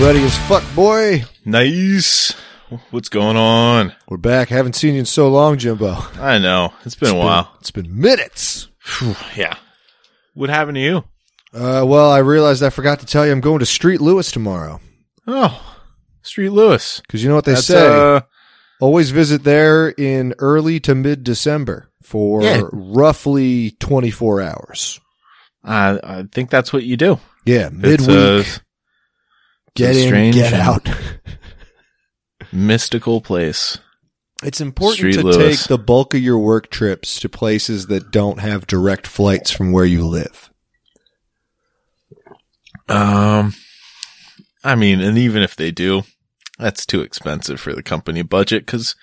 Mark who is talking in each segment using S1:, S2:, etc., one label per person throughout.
S1: Ready as fuck, boy.
S2: Nice. What's going on?
S1: We're back. I haven't seen you in so long, Jimbo. It's
S2: I know. It's been a while.
S1: it's been minutes.
S2: Phew, yeah. What happened to you?
S1: Uh, well, I realized I forgot to tell you I'm going to Street Lewis tomorrow.
S2: Oh, Street Lewis.
S1: Because you know what they
S2: That's,
S1: say.
S2: uh,
S1: Always visit there in early to mid December for
S2: Yeah.
S1: roughly 24 hours.
S2: I, I think that's what you do.
S1: Yeah,
S2: It's
S1: midweek.
S2: a
S1: get in,
S2: strange
S1: get
S2: and-
S1: out.
S2: mystical place.
S1: It's important
S2: Street
S1: to
S2: Lewis.
S1: take the bulk of your work trips to places that don't have direct flights from where you live. Uh-huh.
S2: Um, I mean, and even if they do, that's too expensive for the company budget. Because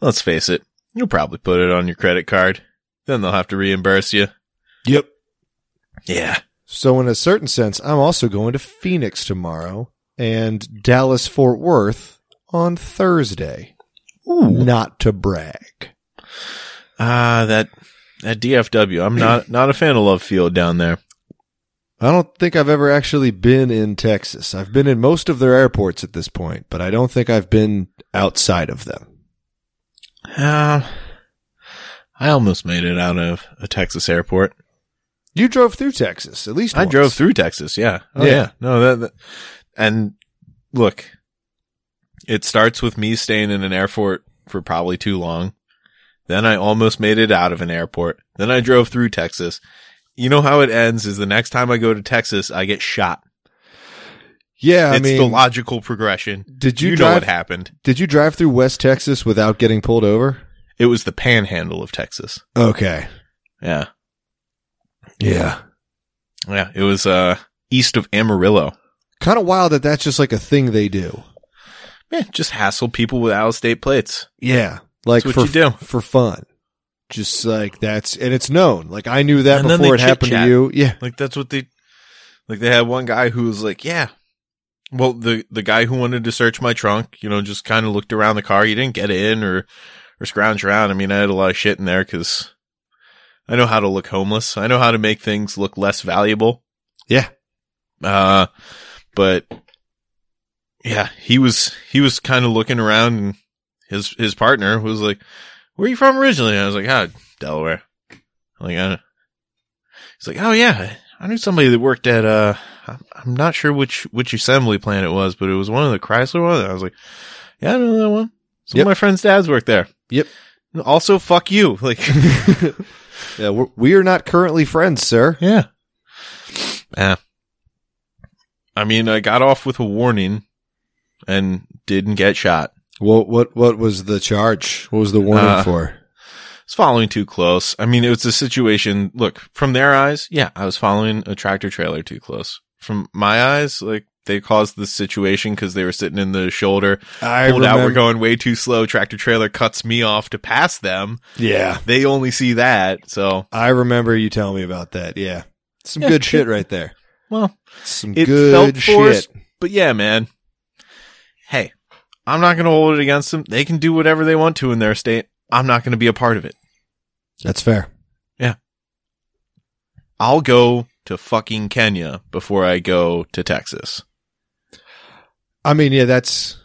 S2: let's face it, you'll probably put it on your credit card. Then they'll have to reimburse you.
S1: Yep.
S2: Yeah.
S1: So, in a certain sense, I'm also going to Phoenix tomorrow and Dallas Fort Worth on Thursday.
S2: Ooh.
S1: Not to brag.
S2: Ah, that that DFW. I'm not not a fan of Love Field down there.
S1: I don't think I've ever actually been in Texas. I've been in most of their airports at this point, but I don't think I've been outside of them. Um,
S2: Uh, I almost made it out of a Texas airport.
S1: You drove through Texas, at least
S2: I
S1: once.
S2: drove through Texas. Yeah. Oh,
S1: Yeah.
S2: yeah. No, that, that, and look, it starts with me staying in an airport for probably too long. Then I almost made it out of an airport. Then I drove through Texas. You know how it ends is the next time I go to Texas, I get shot.
S1: Yeah, I
S2: it's
S1: mean,
S2: the logical progression.
S1: did you,
S2: you know
S1: drive?
S2: what happened.
S1: did you drive through West Texas without getting pulled over?
S2: It was the panhandle of Texas.
S1: Okay.
S2: Yeah.
S1: Yeah.
S2: Yeah. It was, uh, east of Amarillo.
S1: Kind of wild that that's just like a thing they do.
S2: Yeah, just hassle people with out of state plates.
S1: Yeah. Like
S2: That's
S1: for
S2: what you do.
S1: for fun. Just like that's and it's known. Like I knew that
S2: And then
S1: before it
S2: they
S1: happened to
S2: chit-chat.
S1: you. Yeah.
S2: Like that's what they like they had one guy who was like, Yeah. Well, the the guy who wanted to search my trunk, you know, just kind of looked around the car. You didn't get in or or scrounge around. I mean, I had a lot of shit in there because I know how to look homeless. I know how to make things look less valuable.
S1: Yeah.
S2: Uh, but yeah, he was he was kind of looking around, and his his partner was like, "Where are you from originally?" And I was like, "Ah, Delaware." Like, I, he's like, "Oh yeah, I knew somebody that worked at uh, I'm, I'm not sure which which assembly plant it was, but it was one of the Chrysler ones." I was like, "Yeah, I know that one." Some
S1: Yep.
S2: of my friends' dads worked there.
S1: Yep.
S2: Also, fuck you. Like,
S1: yeah, we're, we are not currently friends, sir.
S2: Yeah. Yeah. I mean, I got off with a warning and didn't get shot.
S1: What what what was the charge? What was the warning
S2: Uh,
S1: for?
S2: It's following too close. I mean, it was a situation. Look, from their eyes, yeah, I was following a tractor trailer too close. From my eyes, like they caused this situation because they were sitting in the shoulder,
S1: I
S2: pulled out. We're going way too slow. Tractor trailer cuts me off to pass them.
S1: Yeah.
S2: They only see that. So,
S1: I remember you telling me about that. Yeah. Some
S2: Yeah,
S1: good
S2: it-
S1: shit right there.
S2: well,
S1: Some
S2: it
S1: good
S2: felt forced,
S1: shit.
S2: but yeah, man. Hey, I'm not going to hold it against them. They can do whatever they want to in their state. I'm not going to be a part of it.
S1: That's fair.
S2: I'll go to fucking Kenya before I go to Texas.
S1: I mean, yeah, that's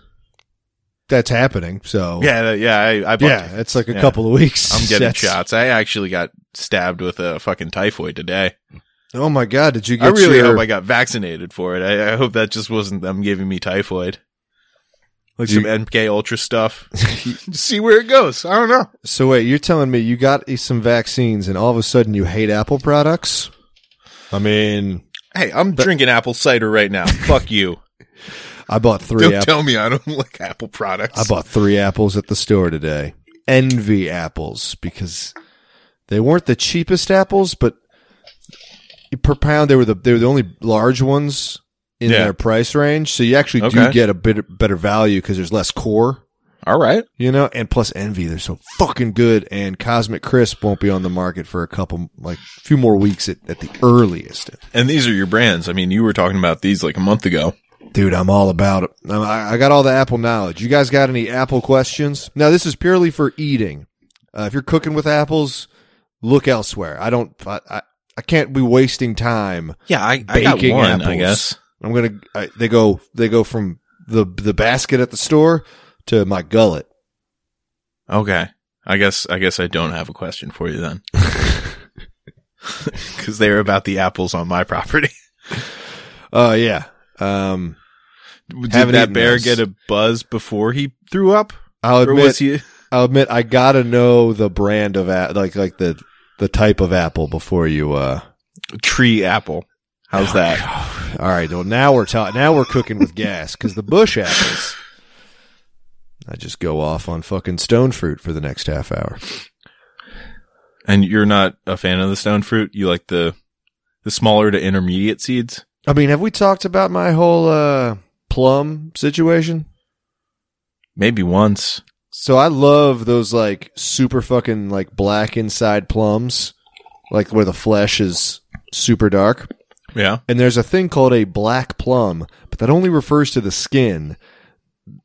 S1: that's happening. So
S2: Yeah, that- yeah, I, I bought
S1: yeah,
S2: it.
S1: it's like a
S2: Yeah.
S1: couple of weeks.
S2: I'm getting
S1: That's-
S2: shots. I actually got stabbed with a fucking typhoid today.
S1: Oh my god, did you get
S2: I really
S1: your,
S2: hope I got vaccinated for it. I, I hope that just wasn't them giving me typhoid. Like
S1: You-
S2: some MK Ultra stuff. See where it goes. I don't know.
S1: So wait, you're telling me you got eh, some vaccines and all of a sudden you hate Apple products? I mean,
S2: Hey, I'm drinking apple cider right now. Fuck you.
S1: I bought 3
S2: Don't
S1: apples.
S2: tell me I don't like Apple products.
S1: I bought 3 apples at the store today. Envy apples because they weren't the cheapest apples, but per pound they were the they were the only large ones in
S2: Yeah.
S1: their price range. So you actually do
S2: Okay.
S1: get a bit better value cuz there's less core.
S2: All right.
S1: You know, and plus Envy, they're so fucking good. And Cosmic Crisp won't be on the market for a couple, like a few more weeks at, at the earliest.
S2: And these are your brands. I mean, you were talking about these like a month ago.
S1: Dude, I'm all about it. I'm- I, I got all the Apple knowledge. You guys got any Apple questions? Now, this is purely for eating. Uh, if you're cooking with apples, look elsewhere. I don't. I, I, I can't be wasting time.
S2: Yeah, I,
S1: I got
S2: Baking
S1: one, I
S2: I
S1: guess.
S2: guess.
S1: I'm gonna. I, they go. They go from the the basket at the store to my gullet.
S2: Okay. I guess I guess I don't have a question for you then. Cuz they're about the apples on my property.
S1: Uh, yeah. Um,
S2: Did
S1: Haven't
S2: that
S1: eaten
S2: bear
S1: those.
S2: get a buzz before he threw up?
S1: I'll
S2: Or was
S1: admit.
S2: he
S1: I'll admit. I gotta know the brand of a- like like the the type of apple before you. Uh,
S2: tree apple? How's that?
S1: all right. Well, now we're ta- now we're cooking with gas because the bush apples. I just go off on fucking stone fruit for the next half hour.
S2: And you're not a fan of the stone fruit? You like the the smaller to intermediate seeds?
S1: I mean, have we talked about my whole uh, plum situation?
S2: Maybe once.
S1: So I love those like super fucking like black inside plums, like where the flesh is super dark.
S2: Yeah.
S1: And there's a thing called a black plum, but that only refers to the skin.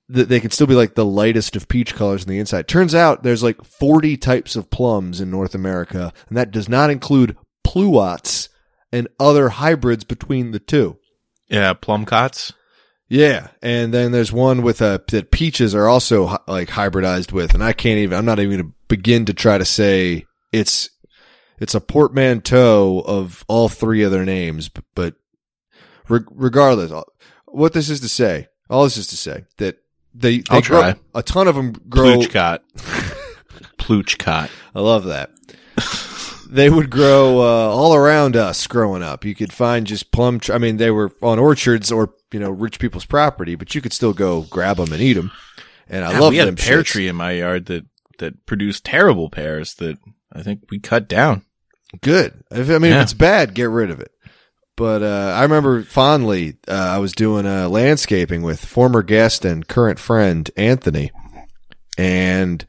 S1: That they can still be like the lightest of peach colors on the inside. Turns out there's like 40 types of plums in North America, and that does not include pluots and other hybrids between the two.
S2: Yeah, plum cots.
S1: Yeah, and then there's one with uh, that peaches are also hy- like hybridized with, and I can't even. I'm not even going to begin to try to say it's it's a portmanteau of all three of their names. But, but re- regardless, uh, what this is to say, all this is to say that they they
S2: I'll
S1: grow,
S2: try.
S1: a ton of them grow.
S2: Plooch cot. Plooch cot.
S1: I love that. they would grow uh, all around us growing up. You could find just plum. Tr- I mean, they were on orchards or you know rich people's property, but you could still go grab them and eat them. And I
S2: Yeah,
S1: love
S2: we had
S1: them
S2: a pear
S1: shits.
S2: tree in my yard that that produced terrible pears that I think we cut down.
S1: Good. If, I mean, if
S2: Yeah.
S1: it's bad, get rid of it. But uh, I remember fondly, uh, I was doing uh, landscaping with former guest and current friend Anthony, and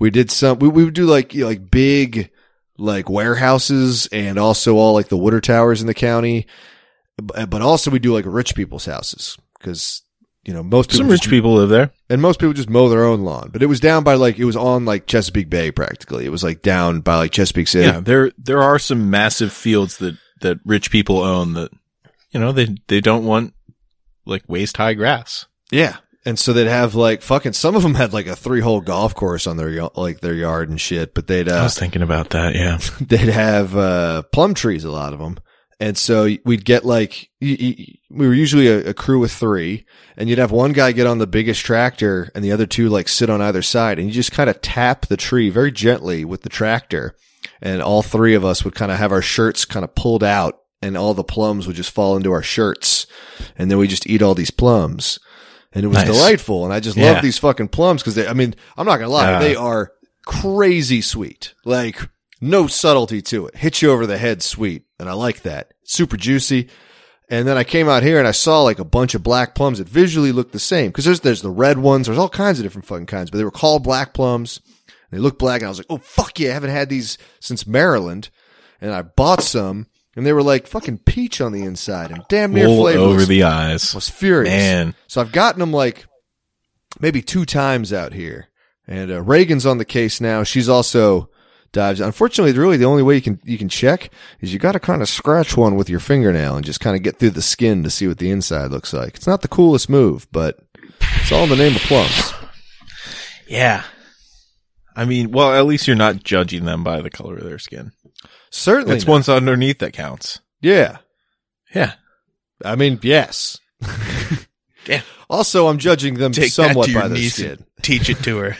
S1: we did some. We, we would do like you know, like big like warehouses and also all like the water towers in the county, but, but also we do like rich people's houses because you know most people
S2: Some
S1: just
S2: rich people live there.
S1: and most people just mow their own lawn. But it was down by like it was on like Chesapeake Bay practically. It was like down by like Chesapeake City.
S2: Yeah, there there are some massive fields that that rich people own that you know they they don't want like waist high grass.
S1: Yeah. And so they'd have like fucking some of them had like a three hole golf course on their y- like their yard and shit, but they'd
S2: I
S1: uh,
S2: was thinking about that. Yeah,
S1: they'd have uh, plum trees a lot of them. And so we'd get like y- y- we were usually a, a crew of three, and you'd have one guy get on the biggest tractor, and the other two like sit on either side, and you just kind of tap the tree very gently with the tractor, and all three of us would kind of have our shirts kind of pulled out, and all the plums would just fall into our shirts, and then we just eat all these plums, and it was
S2: Nice.
S1: delightful, and I just
S2: Yeah.
S1: love these fucking plums because they, I mean, I'm not gonna lie,
S2: Yeah.
S1: Uh, they are crazy sweet, like no subtlety to it. Hit you over the head sweet. And I like that. Super juicy. And then I came out here and I saw like a bunch of black plums that visually looked the same. Cause there's, there's the red ones. There's all kinds of different fucking kinds, but they were called black plums. And they looked black. And I was like, Oh fuck yeah. I haven't had these since Maryland. And I bought some and they were like fucking peach on the inside and damn near
S2: wool
S1: flavorless.
S2: over the
S1: I
S2: eyes.
S1: was furious.
S2: Man,
S1: So I've gotten them like maybe two times out here. And uh, Reagan's on the case now. She's also dives. Unfortunately, really the only way you can you can check is you got to kind of scratch one with your fingernail and just kind of get through the skin to see what the inside looks like. It's not the coolest move, but it's all in the name of plums.
S2: yeah. I mean, well, at least you're not judging them by the color of their skin.
S1: Certainly,
S2: It's
S1: not.
S2: one's underneath that counts.
S1: Yeah,
S2: Yeah,
S1: I mean, yes.
S2: Yeah.
S1: Also, I'm judging them
S2: Take that
S1: somewhat
S2: to your
S1: by their
S2: niece.
S1: skin.
S2: teach it to her.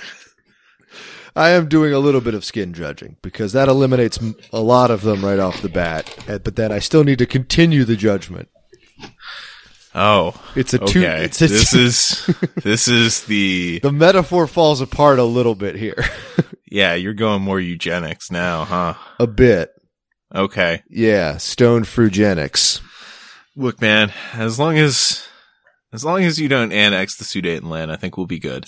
S1: I am doing a little bit of skin judging because that eliminates m- a lot of them right off the bat. And- But then I still need to continue the judgment.
S2: Oh,
S1: It's a two.
S2: okay.
S1: It's a
S2: this
S1: two-
S2: is this is the
S1: the metaphor falls apart a little bit here,
S2: yeah. You're going more eugenics now, huh?
S1: a bit.
S2: Okay.
S1: Yeah, stone frugenics.
S2: Look, man. As long as as long as you don't annex the Sudetenland, I think we'll be good.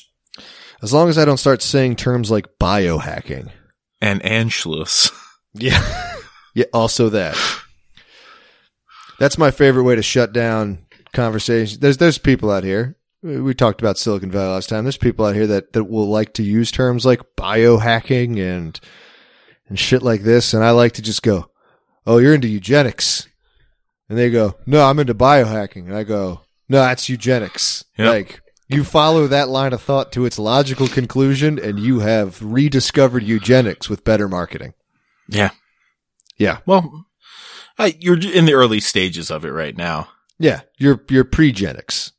S1: As long as I don't start saying terms like biohacking.
S2: and Anschluss.
S1: Yeah. yeah, also that. That's my favorite way to shut down conversations. There's there's people out here. We talked about Silicon Valley last time. There's people out here that, that will like to use terms like biohacking and and shit like this, and I like to just go, Oh, you're into eugenics. And they go, No, I'm into biohacking. And I go, No, that's eugenics.
S2: Yep.
S1: Like you follow that line of thought to its logical conclusion and you have rediscovered eugenics with better marketing.
S2: Yeah.
S1: Yeah.
S2: Well, I, you're in the early stages of it right now.
S1: Yeah, you're you're pregenics.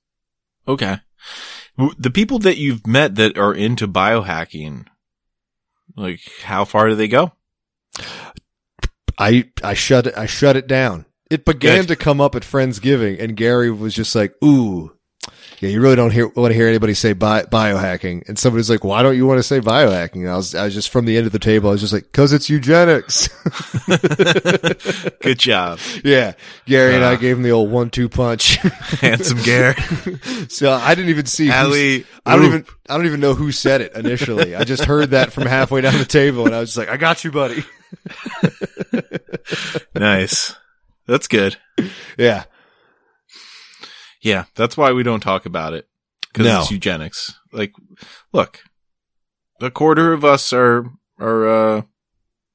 S2: Okay. W- The people that you've met that are into biohacking, like how far do they go?
S1: I I shut it I shut it down. It began
S2: Good.
S1: to come up at Friendsgiving, and Gary was just like, "Ooh, yeah, you really don't hear want to hear anybody say bi- biohacking." And somebody's like, "Why don't you want to say biohacking?" And I was I was just from the end of the table. I was just like, "Cause it's eugenics."
S2: Good job.
S1: yeah, Gary and I
S2: Ah.
S1: gave him the old one-two punch.
S2: Handsome Gare.
S1: so I didn't even see. who
S2: Allie.
S1: I don't
S2: Oop.
S1: even I don't even know who said it initially. I just heard that from halfway down the table, and I was just like, "I got you, buddy."
S2: Nice. That's good.
S1: Yeah,
S2: Yeah. That's why we don't talk about it. Cause
S1: No.
S2: it's eugenics. Like, look, a quarter of us are, are, uh,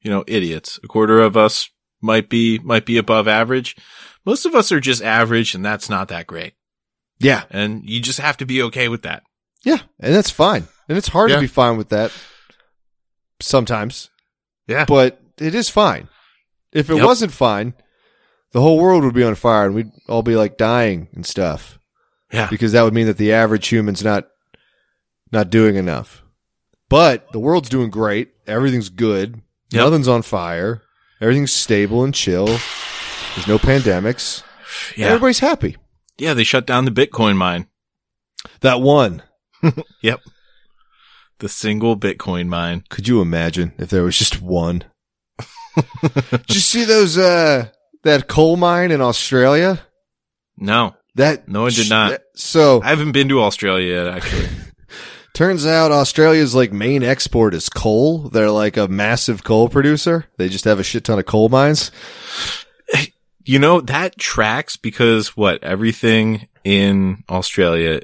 S2: you know, idiots. A quarter of us might be, might be above average. Most of us are just average and that's not that great.
S1: yeah.
S2: And you just have to be okay with that.
S1: Yeah, and that's fine. And it's hard
S2: Yeah.
S1: to be fine with that sometimes,
S2: Yeah.
S1: but it is fine. If it
S2: Yep.
S1: wasn't fine, the whole world would be on fire and we'd all be like dying and stuff.
S2: Yeah.
S1: Because that would mean that the average human's not not doing enough. But the world's doing great. Everything's good.
S2: Yep.
S1: Nothing's on fire. Everything's stable and chill. There's no pandemics.
S2: Yeah.
S1: Everybody's happy.
S2: Yeah. They shut down the Bitcoin mine,
S1: That one.
S2: the single Bitcoin mine.
S1: Could you imagine if there was just one? Did you see those uh that coal mine in Australia?
S2: No,
S1: That
S2: No, I did not.
S1: that- So
S2: I haven't been to Australia yet, actually.
S1: turns out Australia's like main export is coal. They're like a massive coal producer. They just have a shit ton of coal mines.
S2: You know, that tracks because what everything in Australia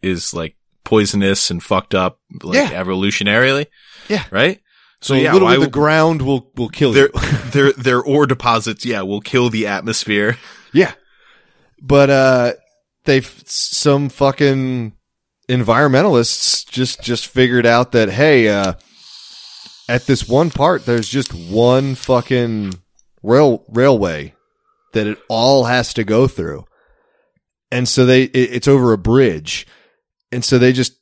S2: is like poisonous and fucked up, like
S1: Yeah.
S2: evolutionarily.
S1: Yeah.
S2: Right.
S1: So,
S2: So, yeah, why
S1: literally the
S2: would-
S1: ground will will kill
S2: Their,
S1: you.
S2: their, their ore deposits. Yeah. Will kill the atmosphere.
S1: Yeah. But uh they've some fucking environmentalists just just figured out that hey, uh at this one part there's just one fucking rail railway that it all has to go through. And so they it, it's over a bridge. And so they just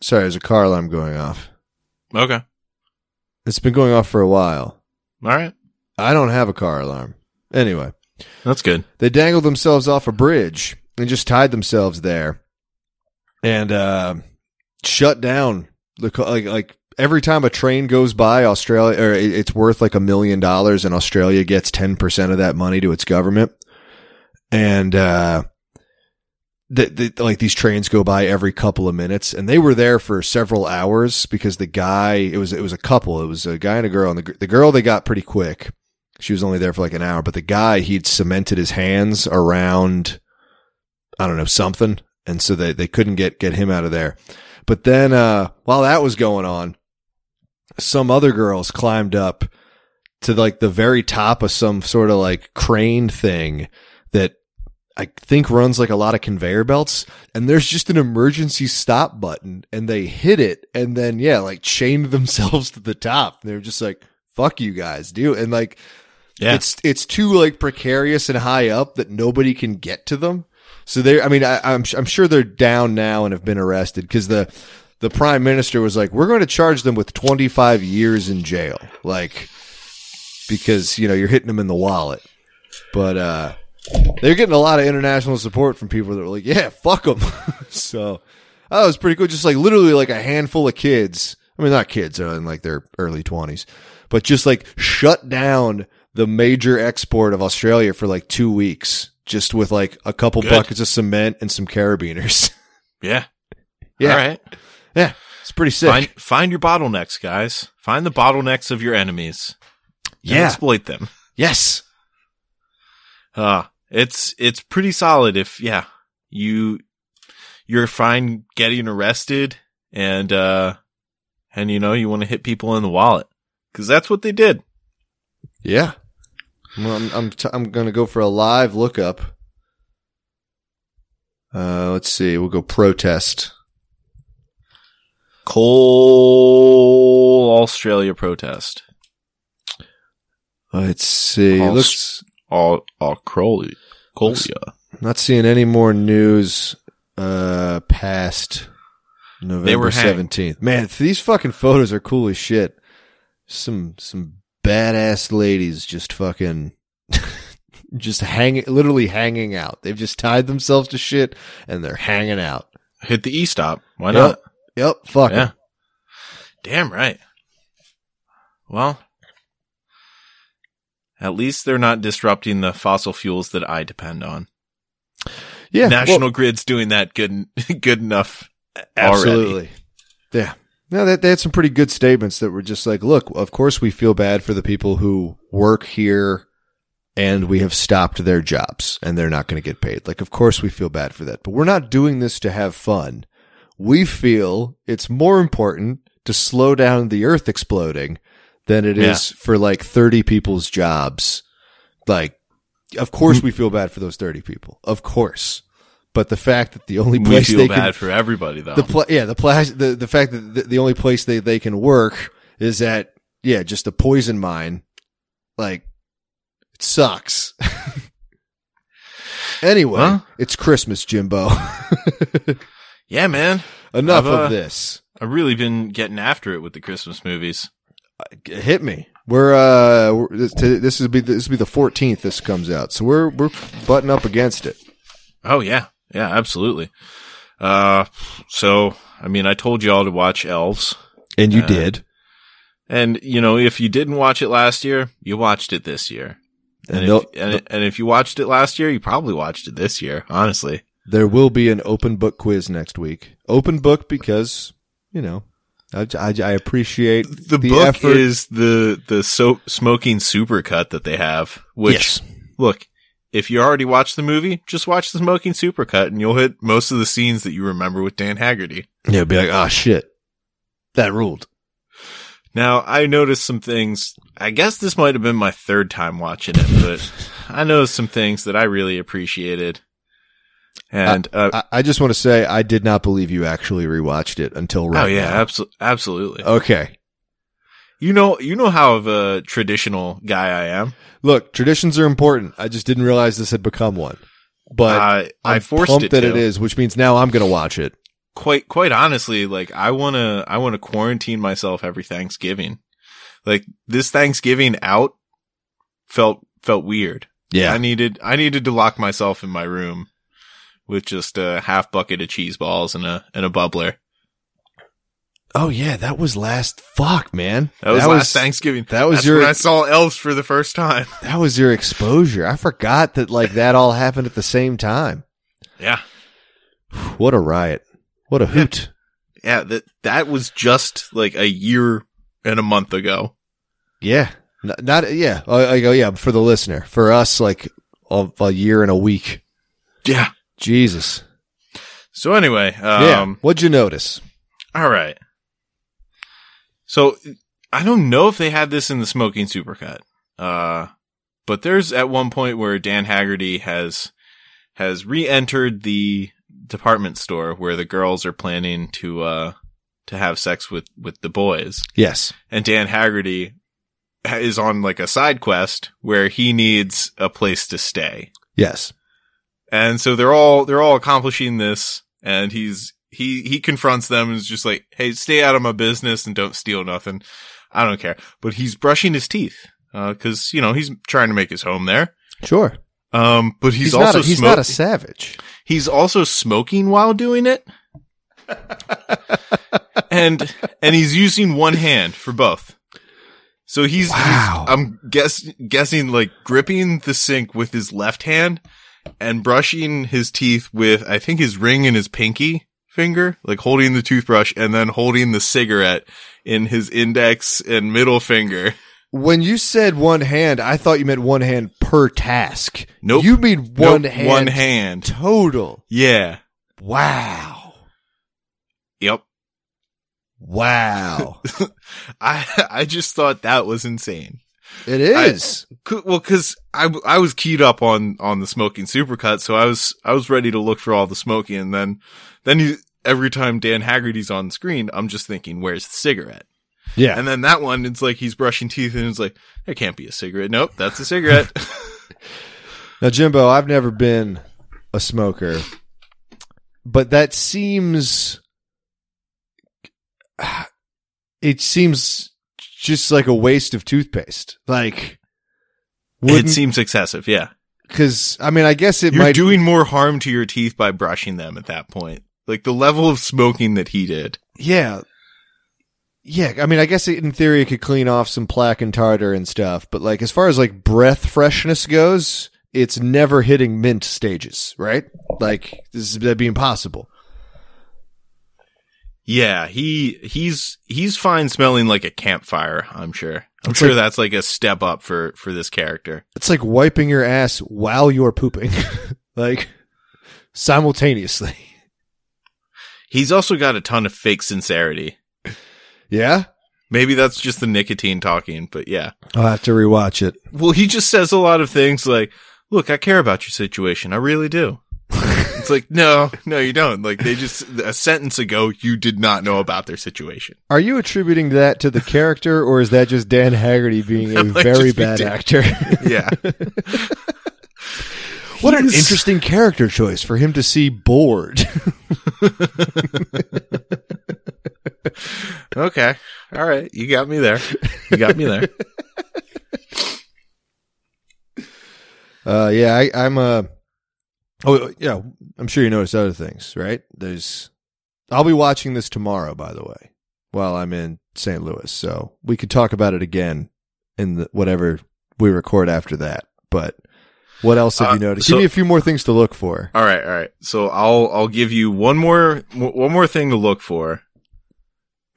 S1: Sorry, there's a car alarm going off.
S2: Okay. All
S1: It's been going off for a while.
S2: right.
S1: I don't have a car alarm. Anyway,
S2: That's good.
S1: they dangled themselves off a bridge and just tied themselves there, and uh, shut down the co- like like every time a train goes by Australia or it- it's worth like a million dollars and Australia gets ten percent of that money to its government, and uh, th th like these trains go by every couple of minutes and they were there for several hours because the guy it was it was a couple it was a guy and a girl and the, gr- the girl they got pretty quick she was only there for like an hour but the guy he'd cemented his hands around i don't know something and so they, they couldn't get get him out of there but then uh while that was going on some other girls climbed up to like the very top of some sort of like crane thing that I think runs like a lot of conveyor belts and there's just an emergency stop button and they hit it and then yeah like chained themselves to the top they were just like fuck you guys do and like
S2: Yeah.
S1: it's it's too like precarious and high up that nobody can get to them so they I mean I I'm I'm sure they're down now and have been arrested cuz the the prime minister was like we're going to charge them with 25 years in jail like because you know you're hitting them in the wallet but uh they're getting a lot of international support from people that were like, yeah, fuck them. so that was pretty cool. Just like literally like a handful of kids. I mean, not kids, they're in like their early 20s, but just like shut down the major export of Australia for like two weeks just with like a couple
S2: Good.
S1: buckets of cement and some carabiners.
S2: Yeah.
S1: yeah,
S2: All right.
S1: it's pretty sick.
S2: Find, find your bottlenecks, guys. Find the bottlenecks of your enemies. and
S1: Yeah.
S2: Exploit them.
S1: Yes.
S2: Uh, it's, it's pretty solid if, yeah, you, you're fine getting arrested and, uh, and you know, you want to hit people in the wallet because that's what they did.
S1: Yeah. Well, I'm I'm, t- I'm gonna go for a live lookup. Uh, let's see. We'll go protest.
S2: Coal Australia protest.
S1: Let's see.
S2: I'll
S1: Looks
S2: All, all Crowley.
S1: Looks- not seeing any more news. Uh, past
S2: They were
S1: November
S2: hanged.
S1: seventeenth. Man, these fucking photos are cool as shit. Some some badass ladies just fucking just hanging, literally hanging out. They've just tied themselves to shit and they're hanging out.
S2: Hit the e-stop. Why
S1: Yep.
S2: not?
S1: Yep. Fuck 'em.
S2: Yeah. Damn right. Well, at least they're not disrupting the fossil fuels that I depend on.
S1: Yeah.
S2: National Grid's doing that good good enough. Already.
S1: Absolutely. Yeah. No, they, they had some pretty good statements that were just like, look, of course we feel bad for the people who work here and we have stopped their jobs and they're not going to get paid. Like, of course we feel bad for that, but we're not doing this to have fun. We feel it's more important to slow down the earth exploding than it is for like 30 people's jobs. Like, of course we feel bad for those 30 people. Of course. But the fact that the only
S2: We
S1: place they
S2: feel
S1: can
S2: bad for everybody though.
S1: the pla- yeah the plas- the the fact that the, the only place they they can work is at yeah just a poison mine like it sucks anyway
S2: Well-
S1: it's christmas jimbo
S2: yeah, man.
S1: enough
S2: I've, uh,
S1: of this
S2: I've really been getting after it with the Christmas movies.
S1: hit me we're uh we're, this, t- this will be this will be the 14th this comes out so we're we're button up against it
S2: Oh yeah. Yeah, absolutely. Uh so I mean I told y'all to watch Elves.
S1: and
S2: you did. And you know, if you didn't watch it last year, you watched it this year.
S1: and,
S2: And,
S1: they'll-
S2: if, and, and if you watched it last year, you probably watched it this year, honestly.
S1: There will be an open book quiz next week. Open book because you know I, I, I appreciate
S2: The,
S1: The
S2: book
S1: effort-
S2: is the the so- smoking supercut that they have. Which look, if you already watched the movie, just watch the smoking supercut, and you'll hit most of the scenes that you remember with Dan Haggerty.
S1: yeah, be like, ah, shit, that ruled.
S2: Now, I noticed some things. I guess this might have been my third time watching it, but I noticed some things that I really appreciated. And uh,
S1: I, I just want to say I did not believe you actually rewatched it until right.
S2: oh yeah,
S1: now.
S2: abso- absolutely.
S1: Okay.
S2: You know, you know how of a traditional guy I am.
S1: Look, traditions are important. I just didn't realize this had become one, but
S2: I,
S1: I'm
S2: I forced
S1: pumped
S2: it
S1: that
S2: to.
S1: it is, which means now I'm going to watch it.
S2: Quite, quite honestly, like I wanna, I wanna quarantine myself every Thanksgiving. Like this Thanksgiving out felt, felt weird. I
S1: Yeah.
S2: needed, I needed to lock myself in my room with just a half bucket of cheese balls and a, and a bubbler.
S1: Oh yeah, that was last. Fuck, man.
S2: That was last Thanksgiving.
S1: That was
S2: That's
S1: your
S2: when I saw elves for the first time.
S1: that was your exposure. I forgot that like that all happened at the same time.
S2: Yeah.
S1: What a riot. What a hoot.
S2: Yeah. That, that was just like a year and a month ago.
S1: Yeah. N- Not, yeah. I, I go, yeah, for the listener. For us, like a, a year and a week.
S2: Yeah.
S1: Jesus.
S2: So anyway,
S1: yeah.
S2: um,
S1: What'd you notice?
S2: all right. So I don't know if they had this in the smoking supercut, uh, but there's at one point where Dan Haggerty has has re-entered the department store where the girls are planning to uh to have sex with with the boys,
S1: Yes.
S2: and Dan Haggerty ha- is on like a side quest where he needs a place to stay.
S1: Yes.
S2: And so they're all they're all accomplishing this, and he's he he confronts them and is just like, "Hey, stay out of my business and don't steal nothing. I don't care." But he's brushing his teeth because you know he's trying to make his home there.
S1: Sure.
S2: Um, but he's,
S1: He's, not,
S2: also
S1: a, he's
S2: smo-
S1: not a savage.
S2: he's also smoking while doing it, and and he's using one hand for both. So he's, he's
S1: Wow.
S2: I'm guess guessing like gripping the sink with his left hand and brushing his teeth with, I think, his ring and his pinky finger, like holding the toothbrush and then holding the cigarette in his index and middle finger.
S1: When you said one hand, I thought you meant one hand per task.
S2: Nope.
S1: You mean one
S2: Nope,
S1: hand.
S2: One hand.
S1: Total.
S2: Yeah.
S1: Wow.
S2: Yep.
S1: Wow.
S2: I I just thought that was insane.
S1: it is.
S2: C- Well, because I, w- I was keyed up on on the smoking supercut, so I was I was ready to look for all the smoking, and then then you, every time Dan Haggerty's on screen, I'm just thinking, where's the cigarette?
S1: yeah.
S2: And then that one, it's like he's brushing teeth, and it's like that can't be a cigarette. Nope, that's a cigarette.
S1: Now, Jimbo, I've never been a smoker, but that seems. It seems just like a waste of toothpaste. Like,
S2: it
S1: wouldn't-
S2: seems excessive. Yeah,
S1: Cause I mean, I guess it
S2: you're
S1: might.
S2: doing more harm to your teeth by brushing them at that point. Like the level of smoking that he did.
S1: yeah. Yeah. I mean, I guess it, in theory it could clean off some plaque and tartar and stuff, but like as far as like breath freshness goes, it's never hitting mint stages, right? Like this is, that'd be impossible.
S2: Yeah, he he's he's fine smelling like a campfire. I'm sure. I'm
S1: It's
S2: sure
S1: like-
S2: that's like a step up for for this character.
S1: It's like wiping your ass while you're pooping, like simultaneously.
S2: He's also got a ton of fake sincerity.
S1: Yeah.
S2: Maybe that's just the nicotine talking, but yeah.
S1: I'll have to rewatch it.
S2: Well, he just says a lot of things like, "Look, I care about your situation. I really do." it's like, "No, no you don't." Like they just a sentence ago you did not know about their situation.
S1: Are you attributing that to the character, or is that just Dan Haggerty being a
S2: That might
S1: very
S2: just be
S1: bad
S2: Dan-
S1: actor?
S2: Yeah.
S1: What an
S2: He's-
S1: interesting character choice for him to see bored.
S2: okay. All right. You got me there. You got me there.
S1: Uh, yeah, I, I'm Uh, oh, yeah, I'm sure you noticed other things, right? There's. I'll be watching this tomorrow, by the way, while I'm in St. Louis, so we could talk about it again in the, whatever we record after that. But what else have
S2: Uh,
S1: you noticed?
S2: so-
S1: Give me a few more things to look for.
S2: All right, all right. So I'll I'll give you one more one more thing to look for,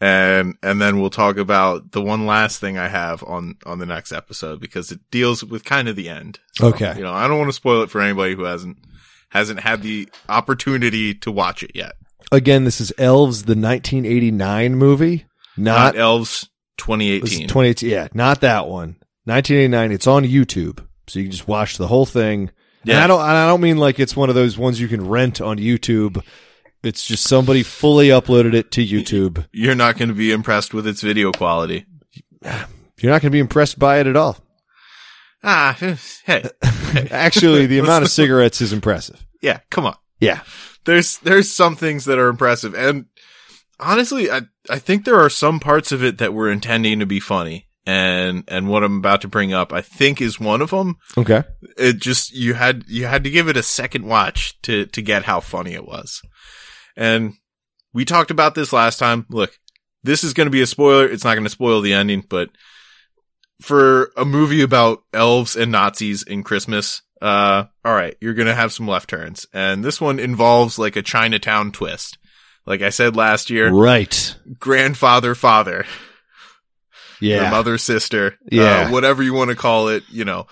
S2: and and then we'll talk about the one last thing I have on on the next episode because it deals with kind of the end. So,
S1: Okay.
S2: you know I don't want to spoil it for anybody who hasn't hasn't had the opportunity to watch it yet.
S1: Again, this is Elves, the 1989 movie,
S2: Not,
S1: not
S2: Elves
S1: It was
S2: 2018.
S1: 2018. Yeah, not that one. 1989. It's on YouTube, so you can just watch the whole thing. And
S2: yeah,
S1: I don't. And I don't mean like it's one of those ones you can rent on YouTube. It's just somebody fully uploaded it to YouTube.
S2: you're not going to be impressed with its video quality.
S1: You're not going to be impressed by it at all.
S2: Ah, hey,
S1: Actually, the amount of cigarettes is impressive.
S2: yeah, come on.
S1: Yeah.
S2: there's there's some things that are impressive and honestly i i think there are some parts of it that were intending to be funny and and what i'm about to bring up i think is one of them
S1: Okay.
S2: it just you had you had to give it a second watch to to get how funny it was and we talked about this last time look this is going to be a spoiler it's not going to spoil the ending but for a movie about elves and nazis in christmas uh all right you're going to have some left turns and this one involves like a chinatown twist like i said last year
S1: Right.
S2: grandfather father your
S1: Yeah.
S2: mother, sister,
S1: Yeah.
S2: uh, whatever you want to call it, you know.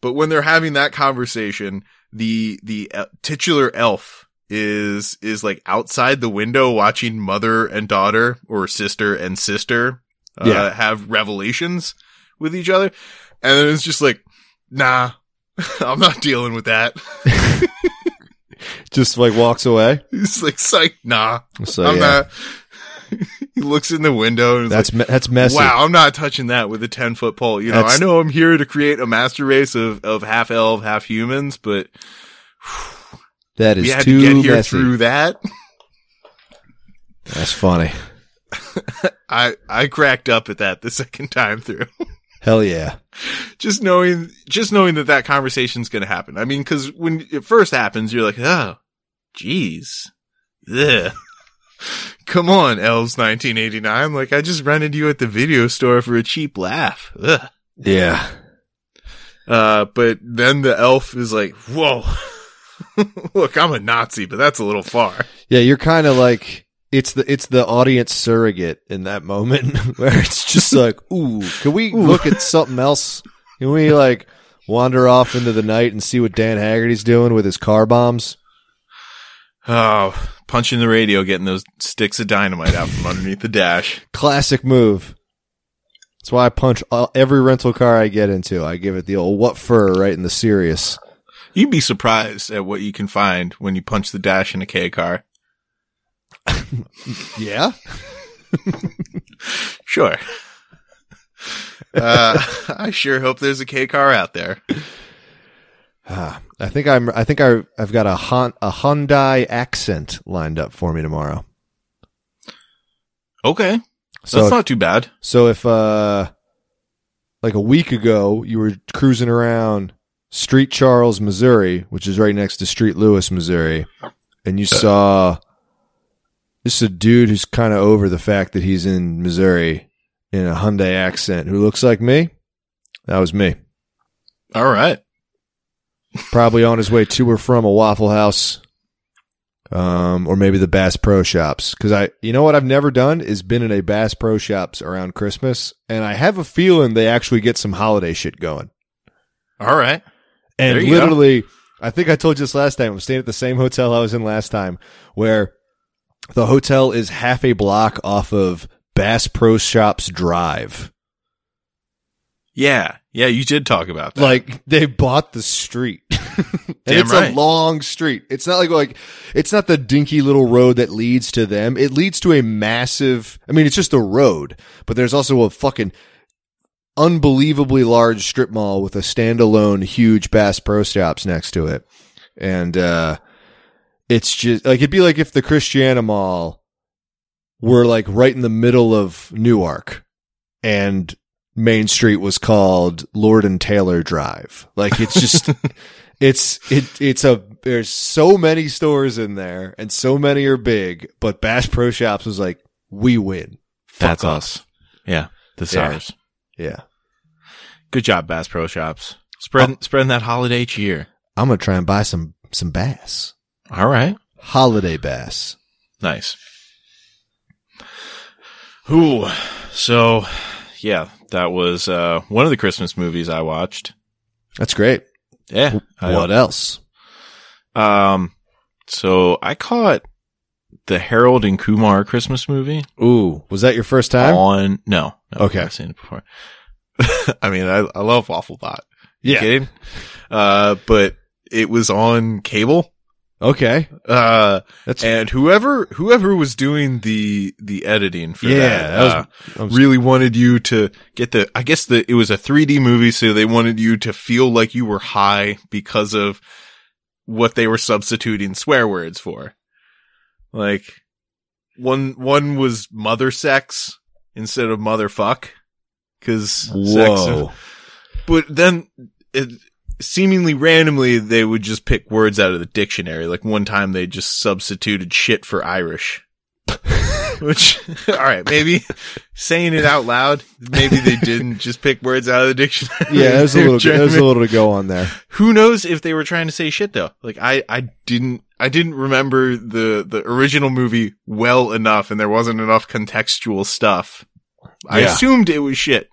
S2: But when they're having that conversation, the the uh, titular elf is is like outside the window watching mother and daughter or sister and sister uh,
S1: Yeah.
S2: have revelations with each other, and then it's just like, nah, I'm not dealing with that.
S1: Just like walks away.
S2: He's like, psych, nah,
S1: So
S2: I'm
S1: yeah,
S2: not. he looks in the window and is
S1: that's me- that's messy.
S2: Wow, I'm not touching that with a 10 foot pole. You know,
S1: That's-
S2: I know I'm here to create a master race of, of half elf, half humans, but
S1: That
S2: we
S1: is
S2: had to
S1: too
S2: get here
S1: messy.
S2: through that.
S1: That's funny.
S2: I, I cracked up at that the second time through.
S1: Hell yeah.
S2: just knowing, just knowing that that conversation's going to happen. I mean, cause when it first happens, you're like, oh, geez. Ugh. Come on, elves 1989. Like I just rented you at the video store for a cheap laugh. Ugh.
S1: Yeah.
S2: Uh, but then the elf is like, whoa, look, I'm a Nazi, but that's a little far.
S1: Yeah, you're kind of like it's the it's the audience surrogate in that moment where it's just like, ooh, can we look at something else? Can we like wander off into the night and see what Dan Haggerty's doing with his car bombs?
S2: Oh, punching the radio, getting those sticks of dynamite out from underneath the dash.
S1: Classic move. That's why I punch all, every rental car I get into. I give it the old what fur right in the serious.
S2: You'd be surprised at what you can find when you punch the dash in a K car.
S1: Yeah.
S2: Sure. Uh, I sure hope there's a K car out there.
S1: Ah, I think I'm. I think I, I've got a Hon, a Hyundai accent lined up for me tomorrow.
S2: Okay.
S1: So
S2: that's not too bad.
S1: So if uh like a week ago you were cruising around Street Charles, Missouri, which is right next to Street Lewis, Missouri, and you saw this is a dude who's kind of over the fact that he's in Missouri in a Hyundai accent who looks like me. That was me.
S2: All right.
S1: Probably on his way to or from a Waffle House um, or maybe the Bass Pro Shops. Because I, you know what I've never done is been in a Bass Pro Shops around Christmas, and I have a feeling they actually get some holiday shit going.
S2: All right.
S1: And
S2: There you go.
S1: literally, I think I told you this last time. I'm staying at the same hotel I was in last time, where the hotel is half a block off of Bass Pro Shops Drive.
S2: Yeah. Yeah. You did talk about that.
S1: Like they bought the street. and
S2: Damn
S1: it's
S2: right.
S1: a long street. It's not like like it's not the dinky little road that leads to them. It leads to a massive I mean it's just a road, but there's also a fucking unbelievably large strip mall with a standalone huge Bass Pro Shops next to it. And uh it's just like it'd be like if the Christiana Mall were like right in the middle of Newark and Main Street was called Lord and Taylor Drive. Like it's just it's it it's a there's so many stores in there and so many are big, but Bass Pro Shops was like, we win.
S2: that's
S1: Fuck off.
S2: us. Yeah. This
S1: Yeah.
S2: ours.
S1: Yeah.
S2: Good job, Bass Pro Shops. Spreading, spreading that holiday cheer.
S1: I'm gonna try and buy some some bass.
S2: All right.
S1: Holiday bass.
S2: Nice. Ooh. So, yeah, that was uh, one of the Christmas movies I watched.
S1: That's great.
S2: Yeah. I-
S1: what else?
S2: Um, so I caught the Harold and Kumar Christmas movie
S1: Ooh, was that your first time?
S2: on. No, no,
S1: Okay.
S2: I've seen it before. I mean, I, I love Waffle Pot. You
S1: yeah.
S2: kidding? Uh, but it was on cable.
S1: Okay.
S2: Uh,
S1: That's
S2: and whoever whoever was doing the the editing for
S1: Yeah,
S2: that,
S1: that was-
S2: uh,
S1: I'm s-
S2: really wanted you to get the I guess the it was a 3D movie so they wanted you to feel like you were high because of what they were substituting swear words for. Like one one was mother sex instead of motherfuck cuz
S1: whoa.
S2: but then it seemingly randomly they would just pick words out of the dictionary. Like one time they just substituted shit for Irish. Which, all right, maybe saying it out loud, maybe they didn't just pick words out of the dictionary.
S1: Yeah, there's a
S2: They were
S1: little
S2: trying
S1: there's
S2: to-
S1: a little to go on there.
S2: Who knows if they were trying to say shit though? Like I, I didn't, I didn't remember the the original movie well enough, and there wasn't enough contextual stuff. I
S1: Yeah.
S2: assumed it was shit,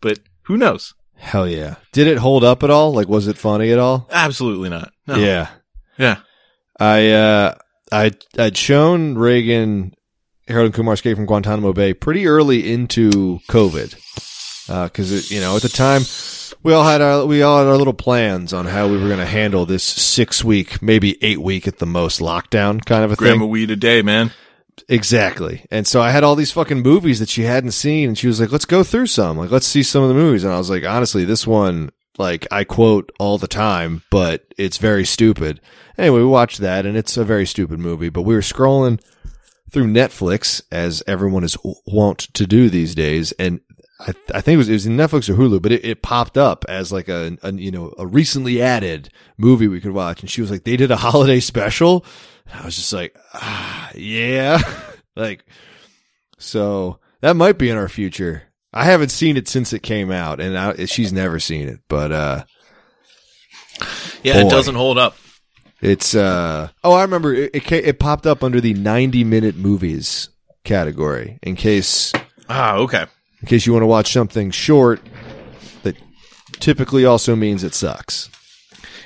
S2: but who knows?
S1: Hell yeah. Did it hold up at all? Like was it funny at all?
S2: Absolutely not. No.
S1: Yeah.
S2: Yeah.
S1: I uh I I'd shown Reagan Harold and Kumar Escape from Guantanamo Bay pretty early into COVID. Because it you know at the time we all had our we all had our little plans on how we were going to handle this six week maybe eight week at the most lockdown kind of a
S2: Gram
S1: thing.
S2: a weed a day, man.
S1: Exactly. And so I had all these fucking movies that she hadn't seen and she was like, "Let's go through some. Like let's see some of the movies." And I was like, "Honestly, this one like I quote all the time, but it's very stupid." Anyway, we watched that and it's a very stupid movie, but we were scrolling through Netflix as everyone is wont to do these days and I, I think it was, it was in Netflix or Hulu, but it, it popped up as like a, a you know a recently added movie we could watch, and she was like, "They did a holiday special." I was just like, ah, "Yeah," like so that might be in our future. I haven't seen it since it came out, and I, she's never seen it, but uh,
S2: Yeah, it
S1: Boy.
S2: doesn't hold up.
S1: It's uh oh, I remember it, it. ca- It popped up under the ninety minute movies category in case
S2: Ah, okay.
S1: in case you want to watch something short that typically also means it sucks.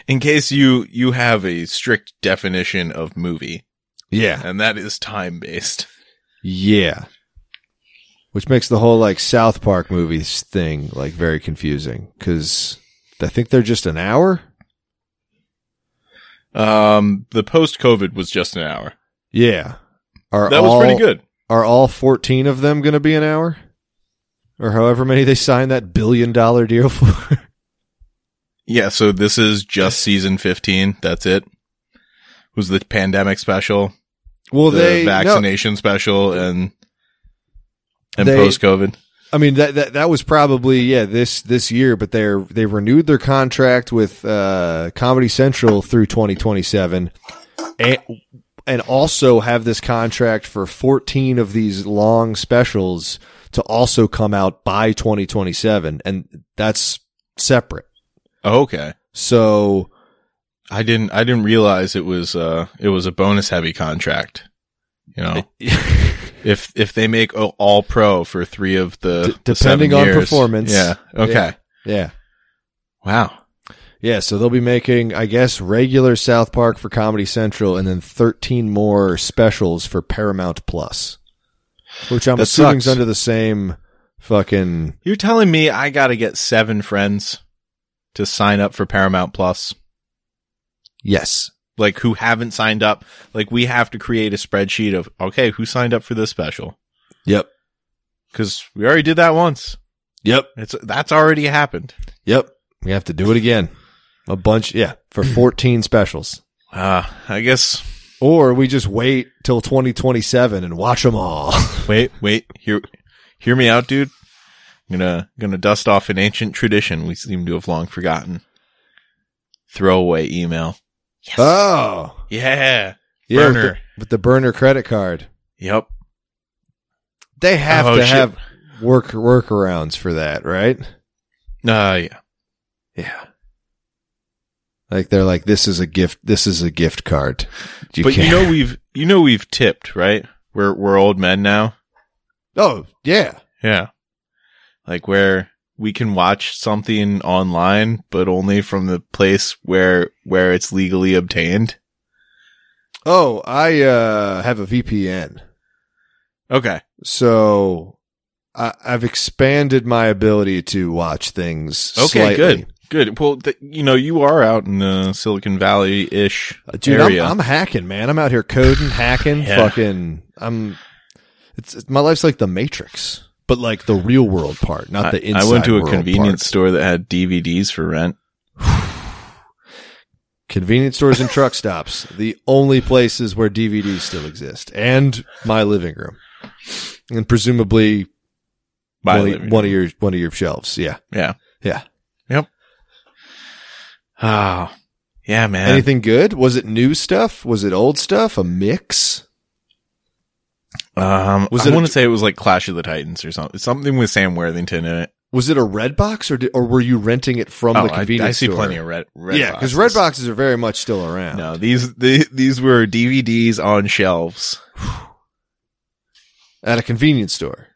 S2: In case you you have a strict definition of movie,
S1: Yeah,
S2: and that is time based.
S1: yeah. Which makes the whole like South Park movies thing like very confusing because I think they're just an hour.
S2: Um, the post COVID was just an hour.
S1: Yeah, are
S2: That was pretty
S1: all-
S2: good.
S1: Are all fourteen of them going to be an hour, or however many they signed that billion dollar deal for?
S2: Yeah, so this is just season 15. That's it. Was the pandemic special,
S1: Well,
S2: the
S1: they no,
S2: vaccination special, and and
S1: They-
S2: post COVID.
S1: I mean that, that that was probably yeah this this year, but they're they renewed their contract with uh, Comedy Central through 2027, and and also have this contract for 14 of these long specials to also come out by 2027, and that's separate.
S2: Oh, okay,
S1: So
S2: I didn't I didn't realize it was uh it was a bonus heavy contract. You know, if if they make o- all pro for three of the,
S1: D-
S2: the seven
S1: depending on
S2: years-
S1: performance.
S2: yeah, okay,
S1: Yeah. yeah.
S2: wow,
S1: Yeah, so they'll be making, I guess, regular South Park for Comedy Central, and then thirteen more specials for Paramount Plus, which I'm
S2: That
S1: assuming's
S2: sucks.
S1: under the same fucking.
S2: you're telling me I got to get seven friends to sign up for Paramount Plus.
S1: Yes,
S2: like who haven't signed up. Like we have to create a spreadsheet of okay, who signed up for this special?
S1: yep,
S2: Because we already did that once.
S1: yep,
S2: It's that's already happened.
S1: yep. We have to do it again. A bunch, yeah, for fourteen specials,
S2: Uh, I guess.
S1: or we just wait till 2027 and watch them all.
S2: Wait, wait. Hear, hear me out, dude. I'm gonna gonna dust off an ancient tradition we seem to have long forgotten. Throwaway email.
S1: Oh,
S2: Yeah.
S1: yeah, with the-
S2: Burner.
S1: with the burner credit card,
S2: Yep. Uh,
S1: they have
S2: Oh,
S1: to
S2: shit.
S1: have work workarounds for that, right?
S2: Uh, yeah.
S1: Yeah. Like they're like, this is a gift. This is a gift card. You
S2: but you
S1: can't-
S2: know we've you know we've tipped right. We're we're old men now.
S1: oh yeah,
S2: Yeah. Like where we can watch something online, but only from the place where where it's legally obtained.
S1: oh I uh, have a VPN,
S2: Okay.
S1: so I, I've expanded my ability to watch things.
S2: Okay.
S1: slightly.
S2: Good. Good. Well, th- you know, you are out in the Silicon Valley ish
S1: Uh, Dude, I'm,
S2: area.
S1: I'm hacking, man. I'm out here coding, hacking,
S2: Yeah.
S1: fucking. I'm. It's, it's my life's like the Matrix, but like the real world part, not the
S2: I,
S1: inside.
S2: I went to a
S1: world
S2: convenience
S1: part.
S2: store that had DVDs for rent.
S1: Convenience stores and truck stops, the only places where DVDs still exist, and my living room, and presumably
S2: My
S1: one,
S2: living
S1: one of your one of your shelves. Yeah,
S2: Yeah.
S1: Yeah.
S2: Yep. Ah. yeah, man.
S1: Anything good? Was it new stuff? Was it old stuff? A mix?
S2: um,
S1: Was
S2: I
S1: it a-
S2: want to say it was like Clash of the Titans or something. Something with Sam Worthington in it.
S1: Was it a red box, or did, or were you renting it from
S2: oh,
S1: the
S2: I,
S1: convenience
S2: I see
S1: store?
S2: plenty of red. red
S1: yeah,
S2: boxes.
S1: because red boxes are very much still around.
S2: No, these the, these were DVDs on shelves.
S1: At a convenience store.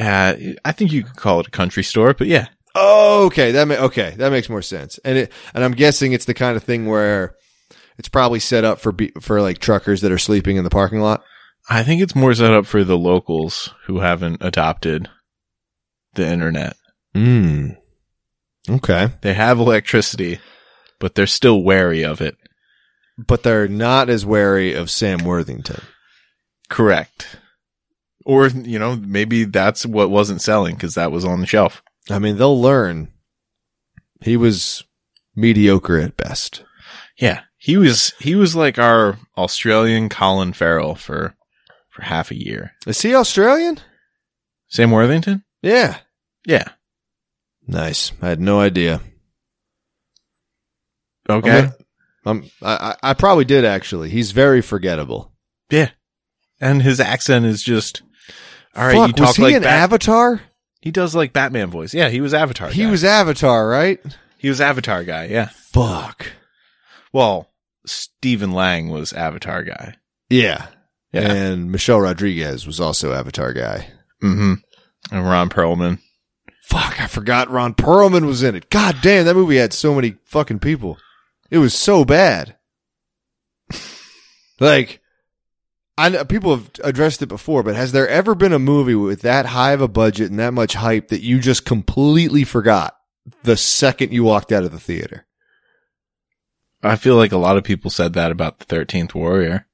S2: Uh, I think you could call it a country store, but yeah,
S1: Oh, okay. That ma- okay. That makes more sense. And it and I'm guessing it's the kind of thing where it's probably set up for be- for like truckers that are sleeping in the parking lot.
S2: I think it's more set up for the locals who haven't adopted the internet.
S1: Mm. Okay.
S2: They have electricity, but they're still wary of it.
S1: But they're not as wary of Sam Worthington.
S2: Correct. Or you know, maybe that's what wasn't selling because that was on the shelf.
S1: I mean, they'll learn. He was mediocre at best.
S2: Yeah, he was he was like our Australian Colin Farrell for for half a year.
S1: Is he Australian?
S2: Sam Worthington.
S1: Yeah.
S2: Yeah.
S1: Nice. I had no idea.
S2: Okay.
S1: I'm I'm- I, I I probably did actually. He's very forgettable.
S2: and his accent is just all right.
S1: Fuck,
S2: you talk
S1: was he
S2: like
S1: an
S2: Bat-
S1: Avatar?
S2: he does like Batman voice. Yeah, he was Avatar.
S1: He
S2: guy.
S1: was Avatar, right?
S2: he was Avatar guy. Yeah,
S1: fuck.
S2: Well, Stephen Lang was Avatar guy.
S1: Yeah.
S2: Yeah.
S1: And Michelle Rodriguez was also Avatar guy.
S2: Mm-hmm. And Ron Perlman.
S1: Fuck, I forgot Ron Perlman was in it. God damn, that movie had so many fucking people. It was so bad. like, I know people have addressed it before, but has there ever been a movie with that high of a budget and that much hype that you just completely forgot the second you walked out of the theater?
S2: I feel like a lot of people said that about the Thirteenth Warrior.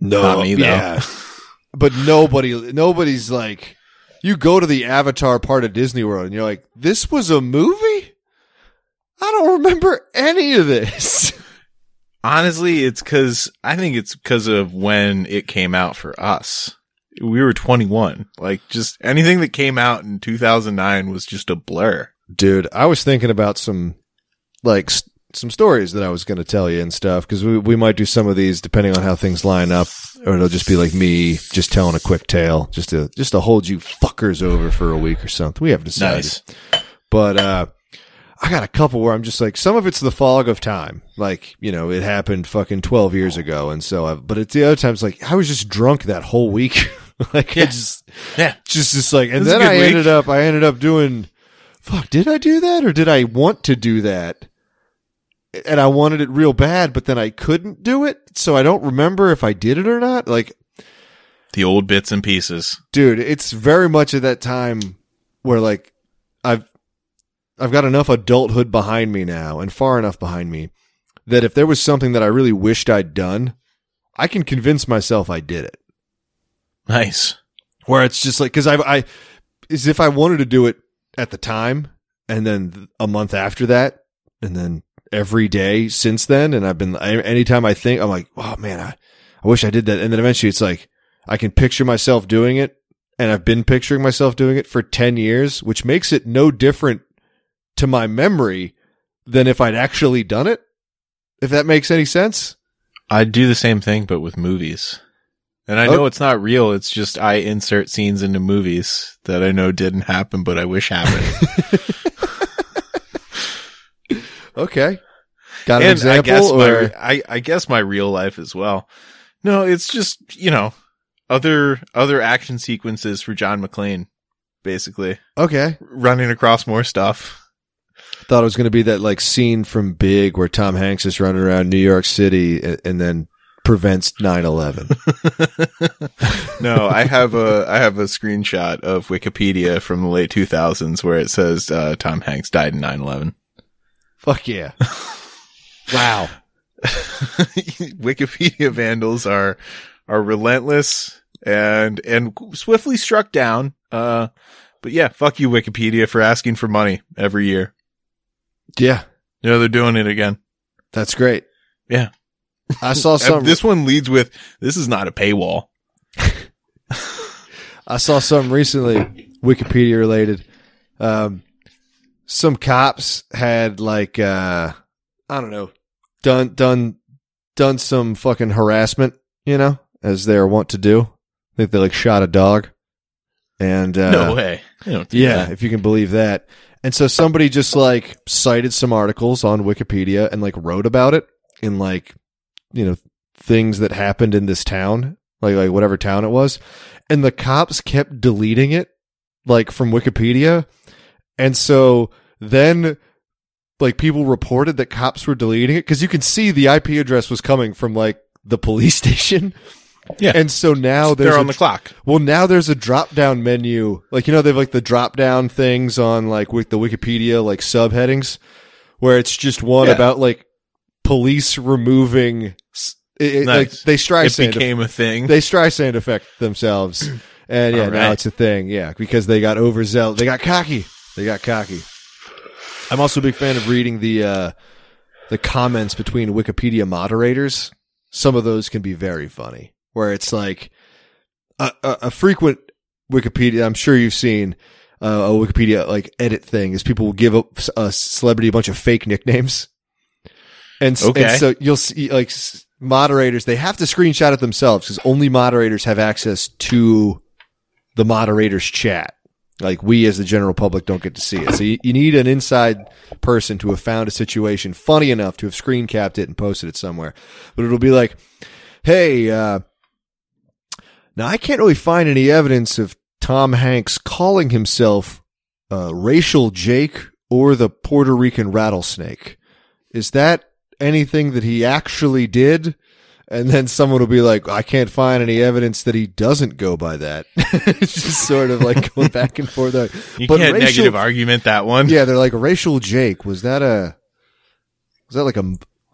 S1: No,
S2: Not me though.
S1: yeah. but nobody, nobody's like, you go to the Avatar part of Disney World and you're like, this was a movie. I don't remember any of this.
S2: Honestly, it's because I think it's because of when it came out for us. We were 21. Like, just anything that came out in 2009 was just a blur.
S1: dude i was thinking about some like s some stories that i was going to tell you and stuff because we, we might do some of these depending on how things line up or it'll just be like me just telling a quick tale just to just to hold you fuckers over for a week or something we haven't decided
S2: Nice.
S1: but uh I got a couple where I'm just like, some of it's the fog of time. Like, you know, it happened fucking 12 years ago. And so, I, but it's the other times like, I was just drunk that whole week. like, I
S2: Yeah.
S1: just,
S2: Yeah.
S1: just just like and
S2: This is a
S1: then I
S2: good week.
S1: ended up I ended up doing fuck did I do that or did I want to do that and I wanted it real bad but then I couldn't do it so I don't remember if I did it or not like
S2: The old bits and pieces.
S1: dude it's very much at that time where like I've I've got enough adulthood behind me now and far enough behind me that if there was something that I really wished I'd done I can convince myself I did it
S2: Nice.
S1: where it's just like because I, I is if I wanted to do it at the time and then th- a month after that and then every day since then and I've been I, anytime I think I'm like oh man I, I wish I did that and then eventually it's like I can picture myself doing it and I've been picturing myself doing it for 10 years which makes it no different to my memory than if I'd actually done it if that makes any sense
S2: I do the same thing, but with movies. And I
S1: Oh.
S2: know it's not real. It's just I insert scenes into movies that I know didn't happen, but I wish happened.
S1: okay got
S2: and
S1: an
S2: I
S1: example
S2: guess my,
S1: or-
S2: I, I guess my real life as well. No, it's just you know other other action sequences for John McClane, basically
S1: okay
S2: running across more stuff.
S1: thought it was going to be that like scene from Big where Tom Hanks is running around New York City and, and then prevents 9/11.
S2: no, I have a I have a screenshot of Wikipedia from the late 2000s where it says uh, Tom Hanks died in 9/11.
S1: Fuck yeah. wow.
S2: Wikipedia vandals are are relentless and and swiftly struck down. Uh, but yeah, fuck you, Wikipedia, for asking for money every year.
S1: Yeah,
S2: You know they're doing it again.
S1: that's great.
S2: Yeah.
S1: I saw
S2: Uh,
S1: some
S2: This one leads with this is not a paywall.
S1: I saw something recently, Wikipedia related. Um, some cops had like uh, I don't know, done done done some fucking harassment, you know, as they are wont to do. I think they like shot a dog, and uh,
S2: no way. You don't do
S1: yeah,
S2: that.
S1: if you can believe that. And so somebody just like cited some articles on Wikipedia and like wrote about it in like, you know, things that happened in this town, like like whatever town it was. And the cops kept deleting it like from Wikipedia. And so then like people reported that cops were deleting it cuz you can see the IP address was coming from like the police station.
S2: Yeah.
S1: And so now there's
S2: they're
S1: a
S2: on the clock.
S1: well, now there's a drop down menu. Like, you know, they have like the drop down things on like with the Wikipedia, like subheadings, where it's just one
S2: Yeah.
S1: about like police removing. s- It, it- Like,
S2: Nice.
S1: they
S2: It
S1: Streisand,
S2: became a thing.
S1: they Streisand affect themselves. And yeah,
S2: All
S1: now
S2: right.
S1: it's a thing. Yeah, because they got overzealous. They got cocky. They got cocky. I'm also a big fan of reading the, uh, the comments between Wikipedia moderators some of those can be very funny where it's like a, a, a frequent wikipedia i'm sure you've seen uh, a wikipedia like edit thing is people will give a, a celebrity a bunch of fake nicknames and, s-
S2: Okay.
S1: and so you'll see like s- moderators they have to screenshot it themselves because only moderators have access to the moderator's chat Like we as the general public don't get to see it. So you, you need an inside person to have found a situation funny enough to have screen capped it and posted it somewhere. But it'll be like, hey, uh, now I can't really find any evidence of Tom Hanks calling himself uh, racial Jake or the Puerto Rican rattlesnake. Is that anything that he actually did? And then someone will be like, I can't find any evidence that he doesn't go by that. it's just sort of like going back and forth. Like,
S2: You
S1: But
S2: can't
S1: racial-
S2: negative argument that one.
S1: yeah, they're like racial Jake. Was that a was that like a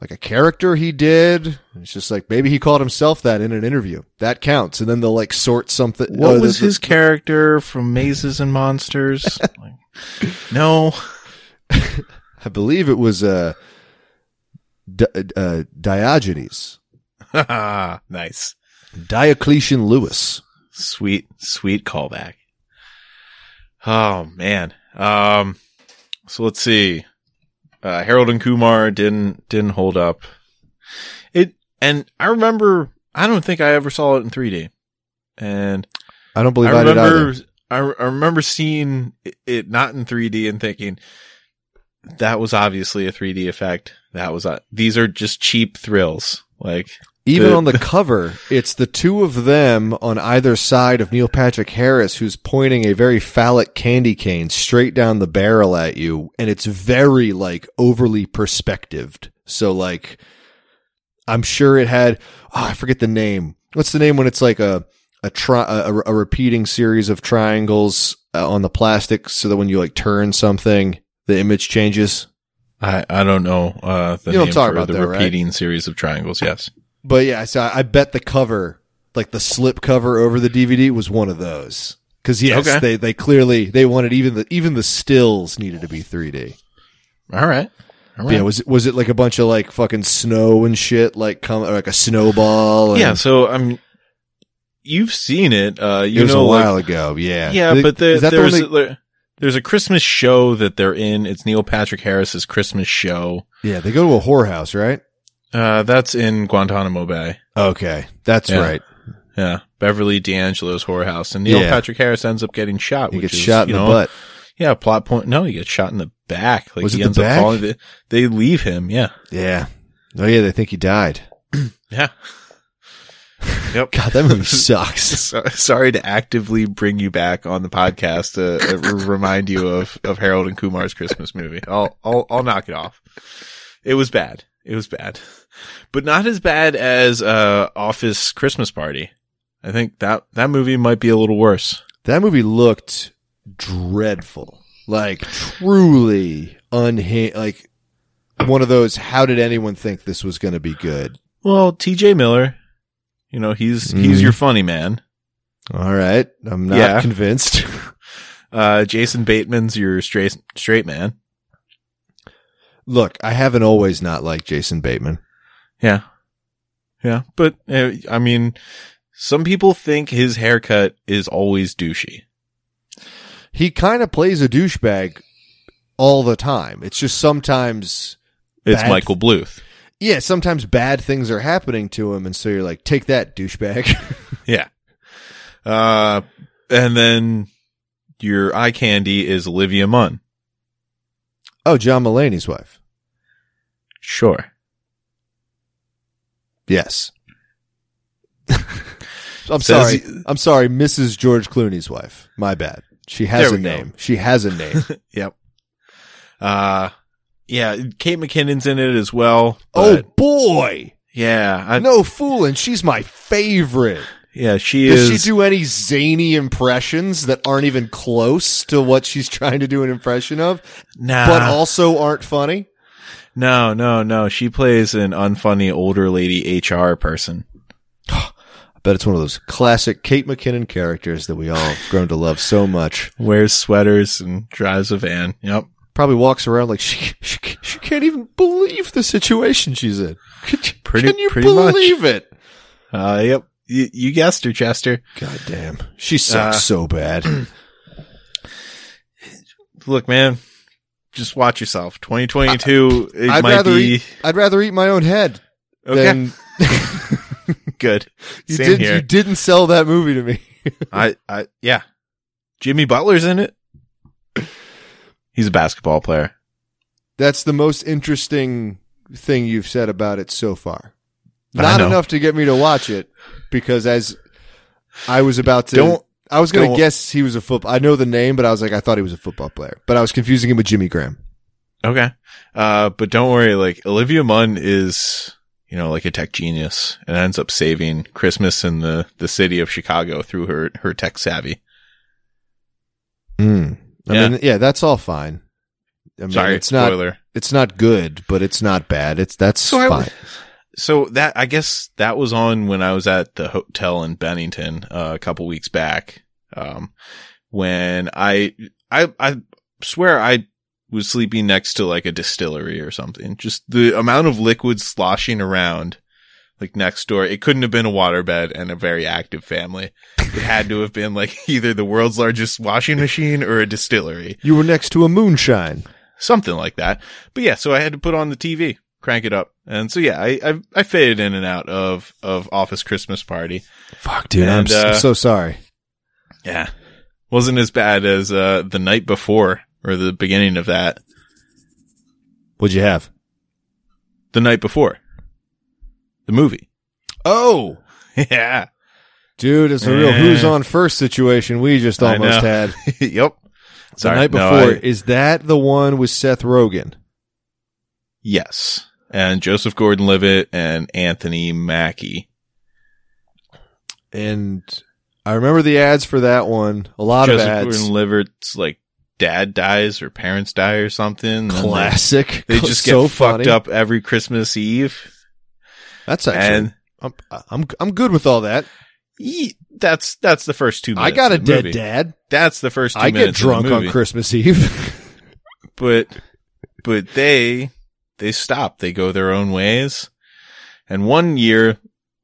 S1: like a character he did? And It's just like maybe he called himself that in an interview. That counts. And then they'll like sort something.
S2: What
S1: oh,
S2: was
S1: the-
S2: his character from Mazes and Monsters? Like, no.
S1: I believe it was uh, Di- uh Diogenes,
S2: nice.
S1: Diocletian Lewis.
S2: Sweet, sweet callback. Oh man. Um so let's see. Uh Harold and Kumar didn't didn't hold up. It and I remember I don't think I ever saw it in 3D. And
S1: I don't believe I,
S2: I
S1: did
S2: remember
S1: either.
S2: I, I remember seeing it- it not in 3D and thinking that was obviously a 3D effect. That was uh, these are just cheap thrills. Like
S1: Even
S2: the-
S1: on the cover, it's the two of them on either side of Neil Patrick Harris, who's pointing a very phallic candy cane straight down the barrel at you, and it's very like overly perspectived. So like, I'm sure it had. Oh, I forget the name. What's the name when it's like a a tri- a, a repeating series of triangles uh, on the plastic, so that when you like turn something, the image changes.
S2: I, I don't know uh the
S1: You don't
S2: name
S1: talk
S2: for
S1: about
S2: the
S1: that, right?
S2: repeating series of triangles. Yes,
S1: But yeah, so I I bet the cover, like the slip cover over the DVD, was one of those. Because yes,
S2: Okay.
S1: they they clearly they wanted even the even the stills needed to be 3D.
S2: all right, all
S1: But Yeah,
S2: right.
S1: was it was it like a bunch of like fucking snow and shit, like come or like a snowball?
S2: Yeah,
S1: and-
S2: so I'm. You've seen it, uh,
S1: it
S2: you
S1: was
S2: know,
S1: a
S2: like-
S1: while ago. Yeah,
S2: yeah,
S1: Th-
S2: but the,
S1: is that the
S2: there's
S1: one
S2: a, there- there's a Christmas show that they're in. It's Neil Patrick Harris's Christmas show.
S1: that- yeah, they go to a whorehouse, right?
S2: Uh, that's in Guantanamo Bay.
S1: Okay, that's
S2: Yeah.
S1: right.
S2: Yeah, Beverly D'Angelo's whorehouse, and Neil
S1: Yeah.
S2: Patrick Harris ends up getting shot.
S1: You
S2: which
S1: get
S2: is,
S1: shot in
S2: you
S1: the
S2: know,
S1: butt.
S2: Yeah, plot point. No, he gets shot in the back. Like
S1: Was
S2: he
S1: it the
S2: ends
S1: back?
S2: up falling. They, they leave him. Yeah,
S1: Yeah. Oh yeah, they think he died.
S2: yeah. yep.
S1: God, that movie sucks.
S2: So- sorry to actively bring you back on the podcast to uh, remind you of, of Harold and Kumar's Christmas movie. I'll, I'll, I'll knock it off. It was bad. It was bad, but not as bad as, uh, Office Christmas Party. I think that, that movie might be a little worse.
S1: That movie looked dreadful. Like truly unhinged. Like one of those. How did anyone think this was going to be good?
S2: Well, TJ Miller, you know, he's, he's
S1: Mhm.
S2: your funny man.
S1: All right, I'm not
S2: Yeah.
S1: convinced.
S2: Uh, Jason Bateman's your straight, straight man.
S1: Look, I haven't always not liked Jason Bateman.
S2: Yeah. Yeah. But, uh, I mean, some people think his haircut is always douchey.
S1: He kind of plays a douchebag all the time. It's just sometimes,
S2: It's
S1: Bad-
S2: Michael Bluth.
S1: yeah, sometimes bad things are happening to him, and so you're like, take that douchebag.
S2: Yeah. Uh, and then your eye candy is Olivia Munn.
S1: oh, John Mulaney's wife.
S2: Sure.
S1: Yes. I'm
S2: Says-
S1: sorry. I'm sorry, Mrs. George Clooney's wife. My bad. She has
S2: There
S1: a
S2: we go.
S1: name. She has a name.
S2: Yep. Uh, yeah. Kate McKinnon's in it as well.
S1: oh
S2: but
S1: boy.
S2: yeah. I,
S1: No fooling. She's my favorite.
S2: Yeah. She
S1: Does
S2: is.
S1: she do any zany impressions that aren't even close to what she's trying to do an impression of,
S2: nah.
S1: but also aren't funny?
S2: no, no, no. She plays an unfunny older lady HR person.
S1: I bet it's one of those classic Kate McKinnon characters that we all have grown to love so much.
S2: Wears sweaters and drives a van. Yep.
S1: Probably walks around like she she, she can't even believe the situation she's in. Could you-
S2: Pretty-
S1: can you
S2: pretty much.
S1: believe it?
S2: Uh, yep. You, you guessed her, Chester.
S1: God damn. She sucks
S2: Uh,
S1: so bad.
S2: Look, man, just watch yourself. 2022, it
S1: I'd
S2: might
S1: rather
S2: be
S1: eat, I'd rather eat my own head
S2: okay.
S1: than
S2: good.
S1: you
S2: Same
S1: did
S2: here.
S1: you didn't sell that movie to me.
S2: I, I, yeah. Jimmy Butler's in it. He's a basketball player.
S1: That's the most interesting thing you've said about it so far.
S2: I
S1: Not
S2: know.
S1: enough to get me to watch it because as I was about to
S2: Don't-
S1: I was going to
S2: don't-
S1: guess he was a football. I know the name, but I was like I thought he was a football player, but I was confusing him with Jimmy Graham.
S2: Okay. Uh, but don't worry, like Olivia Munn is, you know, like a tech genius and ends up saving Christmas in the, the city of Chicago through her, her tech savvy.
S1: Mm. I
S2: Yeah.
S1: mean, yeah, that's all fine. I mean,
S2: Sorry,
S1: it's not
S2: spoiler.
S1: it's not good, but it's not bad. It's that's
S2: So I
S1: fine.
S2: was- So that, I guess that was on when I was at the hotel in Bennington, uh, a couple weeks back. Um, when I, I, I swear I was sleeping next to like a distillery or something. Just the amount of liquid sloshing around, like next door. It couldn't have been a waterbed and a very active family. It had to have been like either the world's largest washing machine or a distillery,
S1: you were next to a moonshine.
S2: something like that. But yeah, so I had to put on the TV, crank it up, and so yeah, I I, I faded in and out of of Office Christmas Party.
S1: Fuck, dude, I'm,
S2: And,
S1: s- I'm
S2: uh,
S1: so sorry.
S2: Yeah. Wasn't as bad as uh the night before or the beginning of that.
S1: What'd you have?
S2: The night before. The movie.
S1: Oh,
S2: yeah.
S1: dude, it's a real
S2: Yeah.
S1: who's on first situation we just
S2: Eh. I
S1: almost
S2: know.
S1: had
S2: yep.
S1: the
S2: Sorry.
S1: night
S2: No,
S1: before.
S2: I-
S1: Is that the one with Seth Rogen?
S2: yes. And Joseph Gordon Levitt and Anthony Mackie.
S1: And I remember the ads for that one. A lot
S2: Joseph
S1: of ads.
S2: Gordon Levitt's like dad dies or parents die or something. and then
S1: Classic.
S2: They, they just get
S1: so
S2: fucked
S1: funny.
S2: up every Christmas Eve.
S1: That's actually.
S2: and
S1: I'm, I'm I'm good with all that.
S2: ye- that's that's the first two minutes.
S1: I got a
S2: of the
S1: dead
S2: movie.
S1: dad.
S2: That's the first two
S1: I
S2: minutes.
S1: get drunk
S2: of the
S1: on
S2: movie.
S1: Christmas Eve.
S2: but but they they stop they go their own ways and one year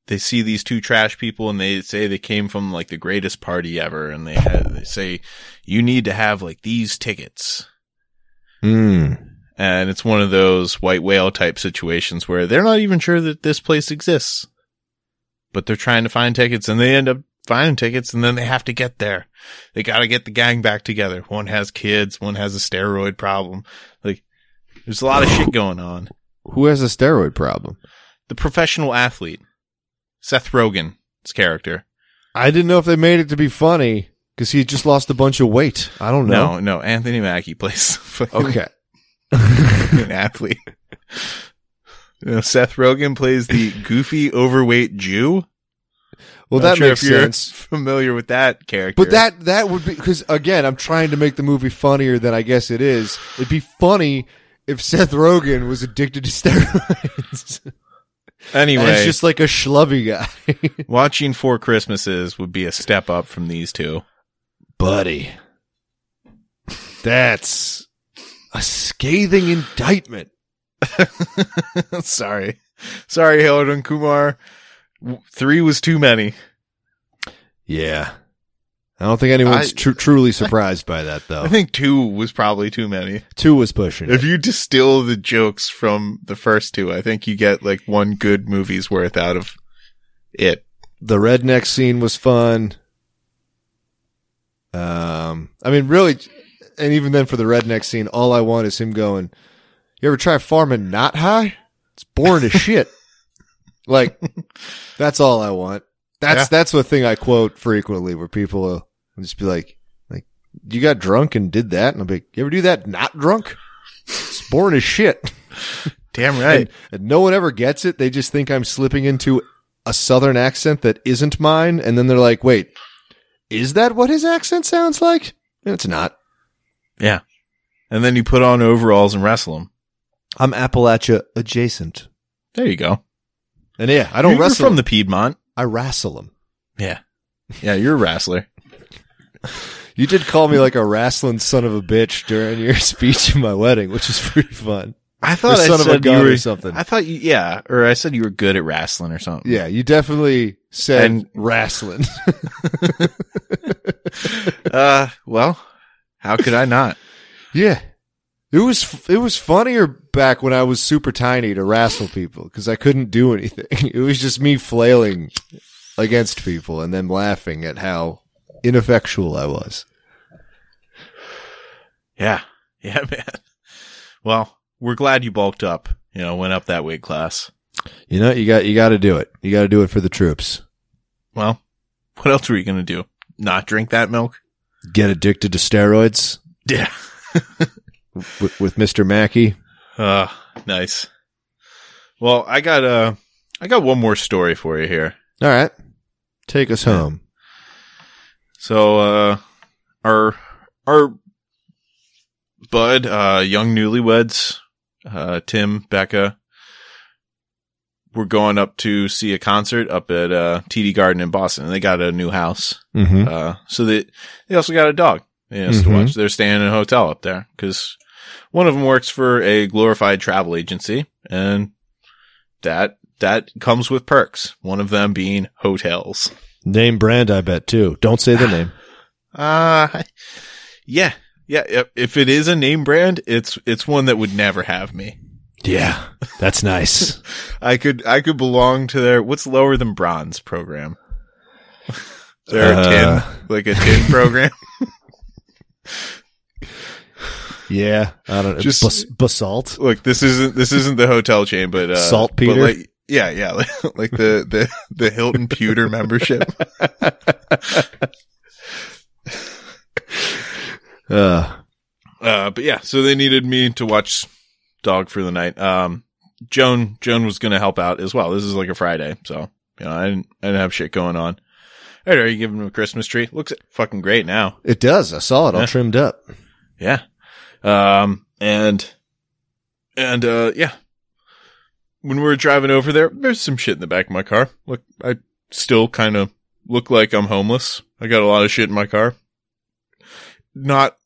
S2: they see these two trash people and they say they came from like the greatest party ever and they had, they say you need to have like these tickets
S1: Hmm.
S2: and it's one of those white whale type situations where they're not even sure that this place exists but they're trying to find tickets and they end up finding tickets and then they have to get there they got to get the gang back together one has kids one has a steroid problem like there's a lot of shit going on
S1: Who has a steroid problem?
S2: the professional athlete seth rogen's character
S1: I didn't know if they made it to be funny because he just lost a bunch of weight. I don't
S2: no
S1: know.
S2: no, anthony mackie plays okay.
S1: Okay.
S2: an athlete You know, seth rogen plays the goofy overweight jew
S1: Well,
S2: Not
S1: that
S2: sure
S1: makes
S2: if you're
S1: sense.
S2: familiar with that character
S1: But that that would be because again, I'm trying to make the movie funnier than I guess it is. It'd be funny if Seth Rogen was addicted to steroids. and
S2: anyway
S1: it's just like a schlubby guy,
S2: watching four christmases would be a step up from these two
S1: buddy. That's a scathing indictment.
S2: sorry sorry Harold and kumar W- three was too many
S1: Yeah. I don't think anyone's
S2: I-
S1: tru- truly surprised by that, though.
S2: i think two was probably too many
S1: Two was pushing it.
S2: If you distill the jokes from the first two, I think you get like one good movie's worth out of it.
S1: The redneck scene was fun. Um, I mean, really, and even then for the redneck scene, all I want is him going, You ever try farming not high? It's boring as shit. Like, that's all I want. That's
S2: Yeah.
S1: that's the thing I quote frequently where people will just be like, like, you got drunk and did that? And I'll be like, you ever do that not drunk? It's boring as shit.
S2: Damn right.
S1: And, and no one ever gets it. They just think I'm slipping into a southern accent that isn't mine. And then they're like, wait, is that what his accent sounds like? And it's not.
S2: And then you put on overalls and wrestle them.
S1: I'm Appalachia adjacent.
S2: There you go.
S1: And yeah, I don't
S2: you're
S1: wrestle
S2: from
S1: him.
S2: the Piedmont.
S1: I wrestle him.
S2: Yeah. Yeah, you're a wrestler.
S1: You did call me like a wrestling son of a bitch during your speech in my wedding, which is pretty fun.
S2: I
S1: Or
S2: thought I
S1: son of
S2: said
S1: a gun
S2: you were,
S1: or something.
S2: I thought you, yeah, or I said you were good at wrestling or something.
S1: Yeah, you definitely said
S2: And-
S1: wrestling.
S2: Uh, well, how could I not?
S1: Yeah. It was it was funnier back when I was super tiny to wrestle people because I couldn't do anything. It was just me flailing against people and then laughing at how ineffectual I was.
S2: Yeah. Yeah, man. Well, we're glad you bulked up, you know, went up that weight class.
S1: You know, you got you got to do it. You got to do it for the troops.
S2: Well, what else were you going to do? Not drink that milk?
S1: Get addicted to steroids
S2: Yeah.
S1: with, with Mr. Mackey.
S2: Uh, nice. Well, I got uh I got one more story for you here.
S1: All right, take us home.
S2: So uh our our bud, uh young newlyweds, uh Tim, Becca were going up to see a concert up at uh TD Garden in Boston and they got a new house.
S1: Mm-hmm.
S2: Uh so they they also got a dog. You know, to
S1: Mhm.
S2: watch. They're staying in a hotel up there cuz one of them works for a glorified travel agency and that that comes with perks, one of them being hotels.
S1: Name brand, I bet too. Don't say the name.
S2: Uh, yeah, yeah. if- If it is a name brand, it's it's one that would never have me.
S1: Yeah, that's nice.
S2: I could I could belong to their what's lower than bronze program. They're a
S1: Uh.
S2: tin, like a tin program.
S1: yeah, I don't know.
S2: Just-
S1: Bas- basalt.
S2: Look, this isn't this isn't the hotel chain, but uh,
S1: Saltpeter?
S2: But like, yeah, yeah, like, like the the the Hilton Pewter membership.
S1: Uh,
S2: Uh, but yeah, so they needed me to watch dog for the night. Um, Joan, Joan was going to help out as well. This is like a Friday. So, you know, I didn't, I didn't have shit going on. I'd already given him a Christmas tree. Looks fucking great now.
S1: it does. I saw it all
S2: Yeah.
S1: trimmed up.
S2: Yeah. Um, and, and, uh, yeah. When we were driving over there, there's some shit in the back of my car. Look, I still kind of look like I'm homeless. I got a lot of shit in my car. Not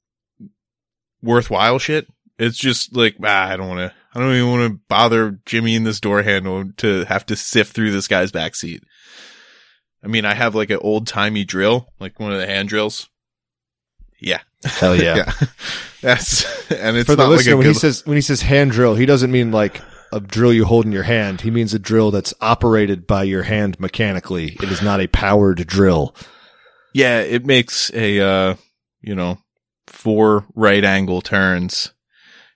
S2: worthwhile shit. It's just like, ah, I don't want to, I don't even want to bother Jimmy in this door handle to have to sift through this guy's backseat. I mean, I have like an old timey drill, like one of the hand drills. Yeah.
S1: Hell yeah.
S2: That's and it's
S1: For the
S2: not like
S1: listener,
S2: a
S1: when he
S2: good.
S1: says when he says hand drill, he doesn't mean like a drill you hold in your hand. He means a drill that's operated by your hand mechanically. It is not a powered drill.
S2: yeah, it makes a uh, you know, four right angle turns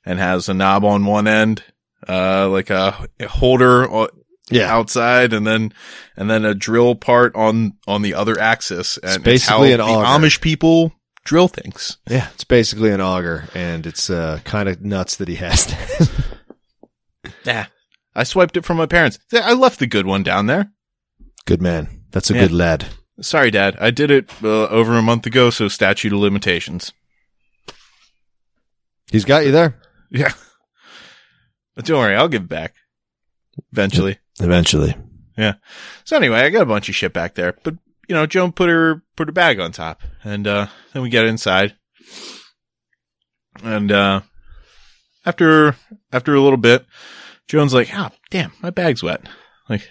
S2: and has a knob on one end, uh like a, a holder o-
S1: Yeah,
S2: outside and then and then a drill part on on the other axis and
S1: It's basically an
S2: how the
S1: auger.
S2: Amish people drill things.
S1: yeah. It's basically an auger, and it's uh, kind of nuts that he has that.
S2: Yeah. I swiped it from my parents. I left the good one down there.
S1: good man. That's a
S2: Yeah.
S1: good lad.
S2: Sorry, Dad. I did it uh, over a month ago, so statute of limitations.
S1: He's got you there
S2: Yeah. But don't worry, I'll give back eventually.
S1: eventually.
S2: So anyway, I got a bunch of shit back there, but you know, Joan put her put her bag on top, and uh, then we got inside, and uh, after after a little bit, Joan's like, "Ah, damn, my bag's wet." Like,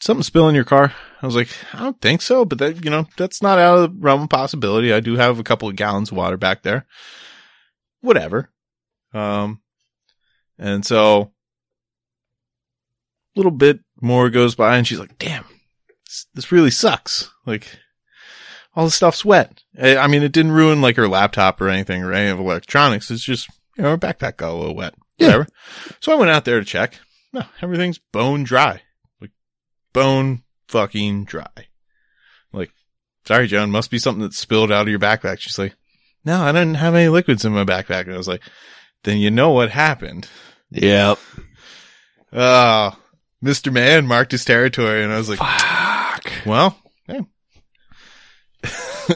S2: something spill in your car? I was like, "I don't think so," but that you know, that's not out of the realm of possibility. I do have a couple of gallons of water back there. Whatever. Um, and so little bit more goes by and she's like, damn, this, this really sucks. Like, all the stuff's wet. Eh, I, I mean, it didn't ruin like her laptop or anything or any of electronics. It's just, you know, her backpack got a little wet.
S1: Yeah.
S2: Whatever. So I went out there to check. No, everything's bone dry. Like, bone fucking dry. Like, sorry, Joan, must be something that spilled out of your backpack. She's like, no, I didn't have any liquids in my backpack. And I was like, then you know what happened.
S1: Yep.
S2: Oh, Mr. Man marked his territory, and I was like,
S1: Fuck.
S2: well, hey.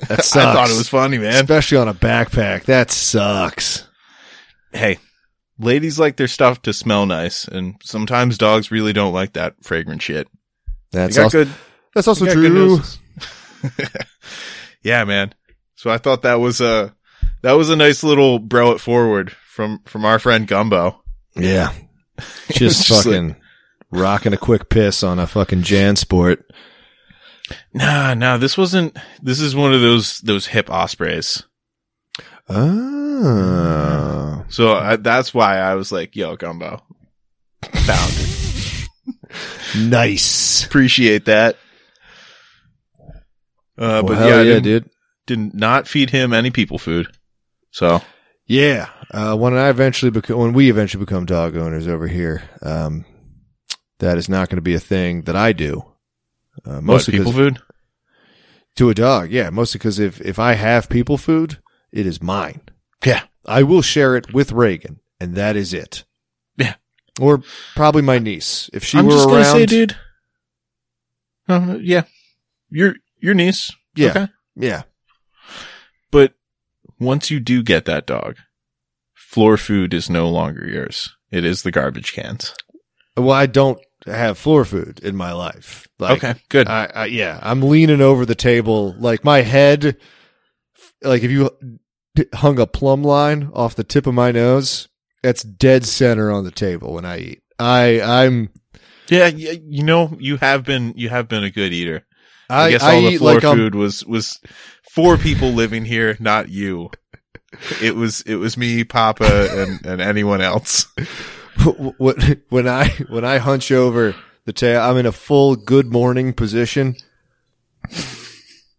S1: That sucks.
S2: I thought it was funny, man.
S1: especially on a backpack. That sucks.
S2: Hey, ladies like their stuff to smell nice, and sometimes dogs really don't like that fragrant shit. They
S1: That's
S2: got
S1: also
S2: good-
S1: that's also
S2: they got good
S1: true.
S2: noses. yeah, man. So I thought that was a that was a nice little bro it forward from from our friend Gumbo.
S1: Yeah.
S2: Just
S1: Just fucking rocking a quick piss on a fucking Jansport.
S2: Nah, nah, this wasn't. This is one of those those hip ospreys.
S1: Oh.
S2: So I, that's why I was like, "Yo, Gumbo, found."
S1: Nice.
S2: appreciate that. Uh,
S1: Well,
S2: but
S1: hell
S2: Uh, yeah, I
S1: yeah,
S2: didn't,
S1: dude.
S2: did not feed him any people food. So
S1: Yeah. Uh, when I eventually become, when we eventually become dog owners over here, um, that is not going to be a thing that I do. Uh,
S2: most
S1: mostly 'cause-
S2: people food.
S1: to a dog. Yeah. Mostly because if, if I have people food, it is mine.
S2: Yeah.
S1: I will share it with Reagan and that is it.
S2: Yeah.
S1: Or probably my niece. If she
S2: I'm
S1: were
S2: just
S1: around,
S2: gonna say, dude. Uh, yeah, your your niece.
S1: Yeah.
S2: okay.
S1: yeah,
S2: But once you do get that dog, floor food is no longer yours. It is the garbage cans.
S1: Well, I don't have floor food in my life. Like,
S2: okay, good.
S1: I, I, yeah, I'm leaning over the table, like my head, like if you hung a plumb line off the tip of my nose, that's dead center on the table when I eat. I, I'm,
S2: yeah, yeah, you know, you have been you have been a good eater. I, um,
S1: I,
S2: guess
S1: I
S2: all the
S1: eat
S2: floor
S1: like I'm,
S2: food was was four people living here, not you. It was it was me, Papa, and and anyone else.
S1: when when I when I hunch over the tail, I'm in a full good morning position.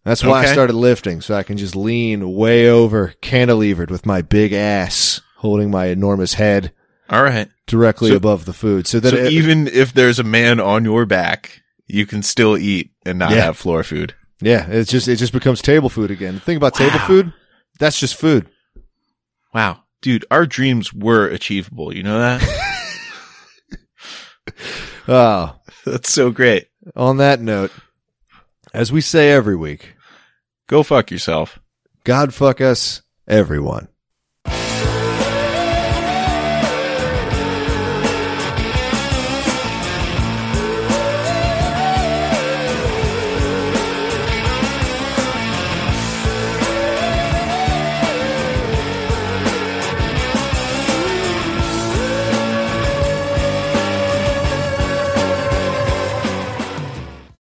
S1: That's why I
S2: Okay.
S1: started lifting, so I can just lean way over, cantilevered with my big ass, holding my enormous head
S2: All right.
S1: directly
S2: So-
S1: above the food. So that
S2: So
S1: it-
S2: even if there's a man on your back, you can still eat and not
S1: Yeah.
S2: have floor food.
S1: yeah, it's just it just becomes table food again. The thing about table
S2: Wow.
S1: food, that's just food.
S2: Wow, dude, our dreams were achievable. You know that?
S1: Oh,
S2: That's so great.
S1: on that note, as we say every week,
S2: Go fuck yourself.
S1: God fuck us, everyone.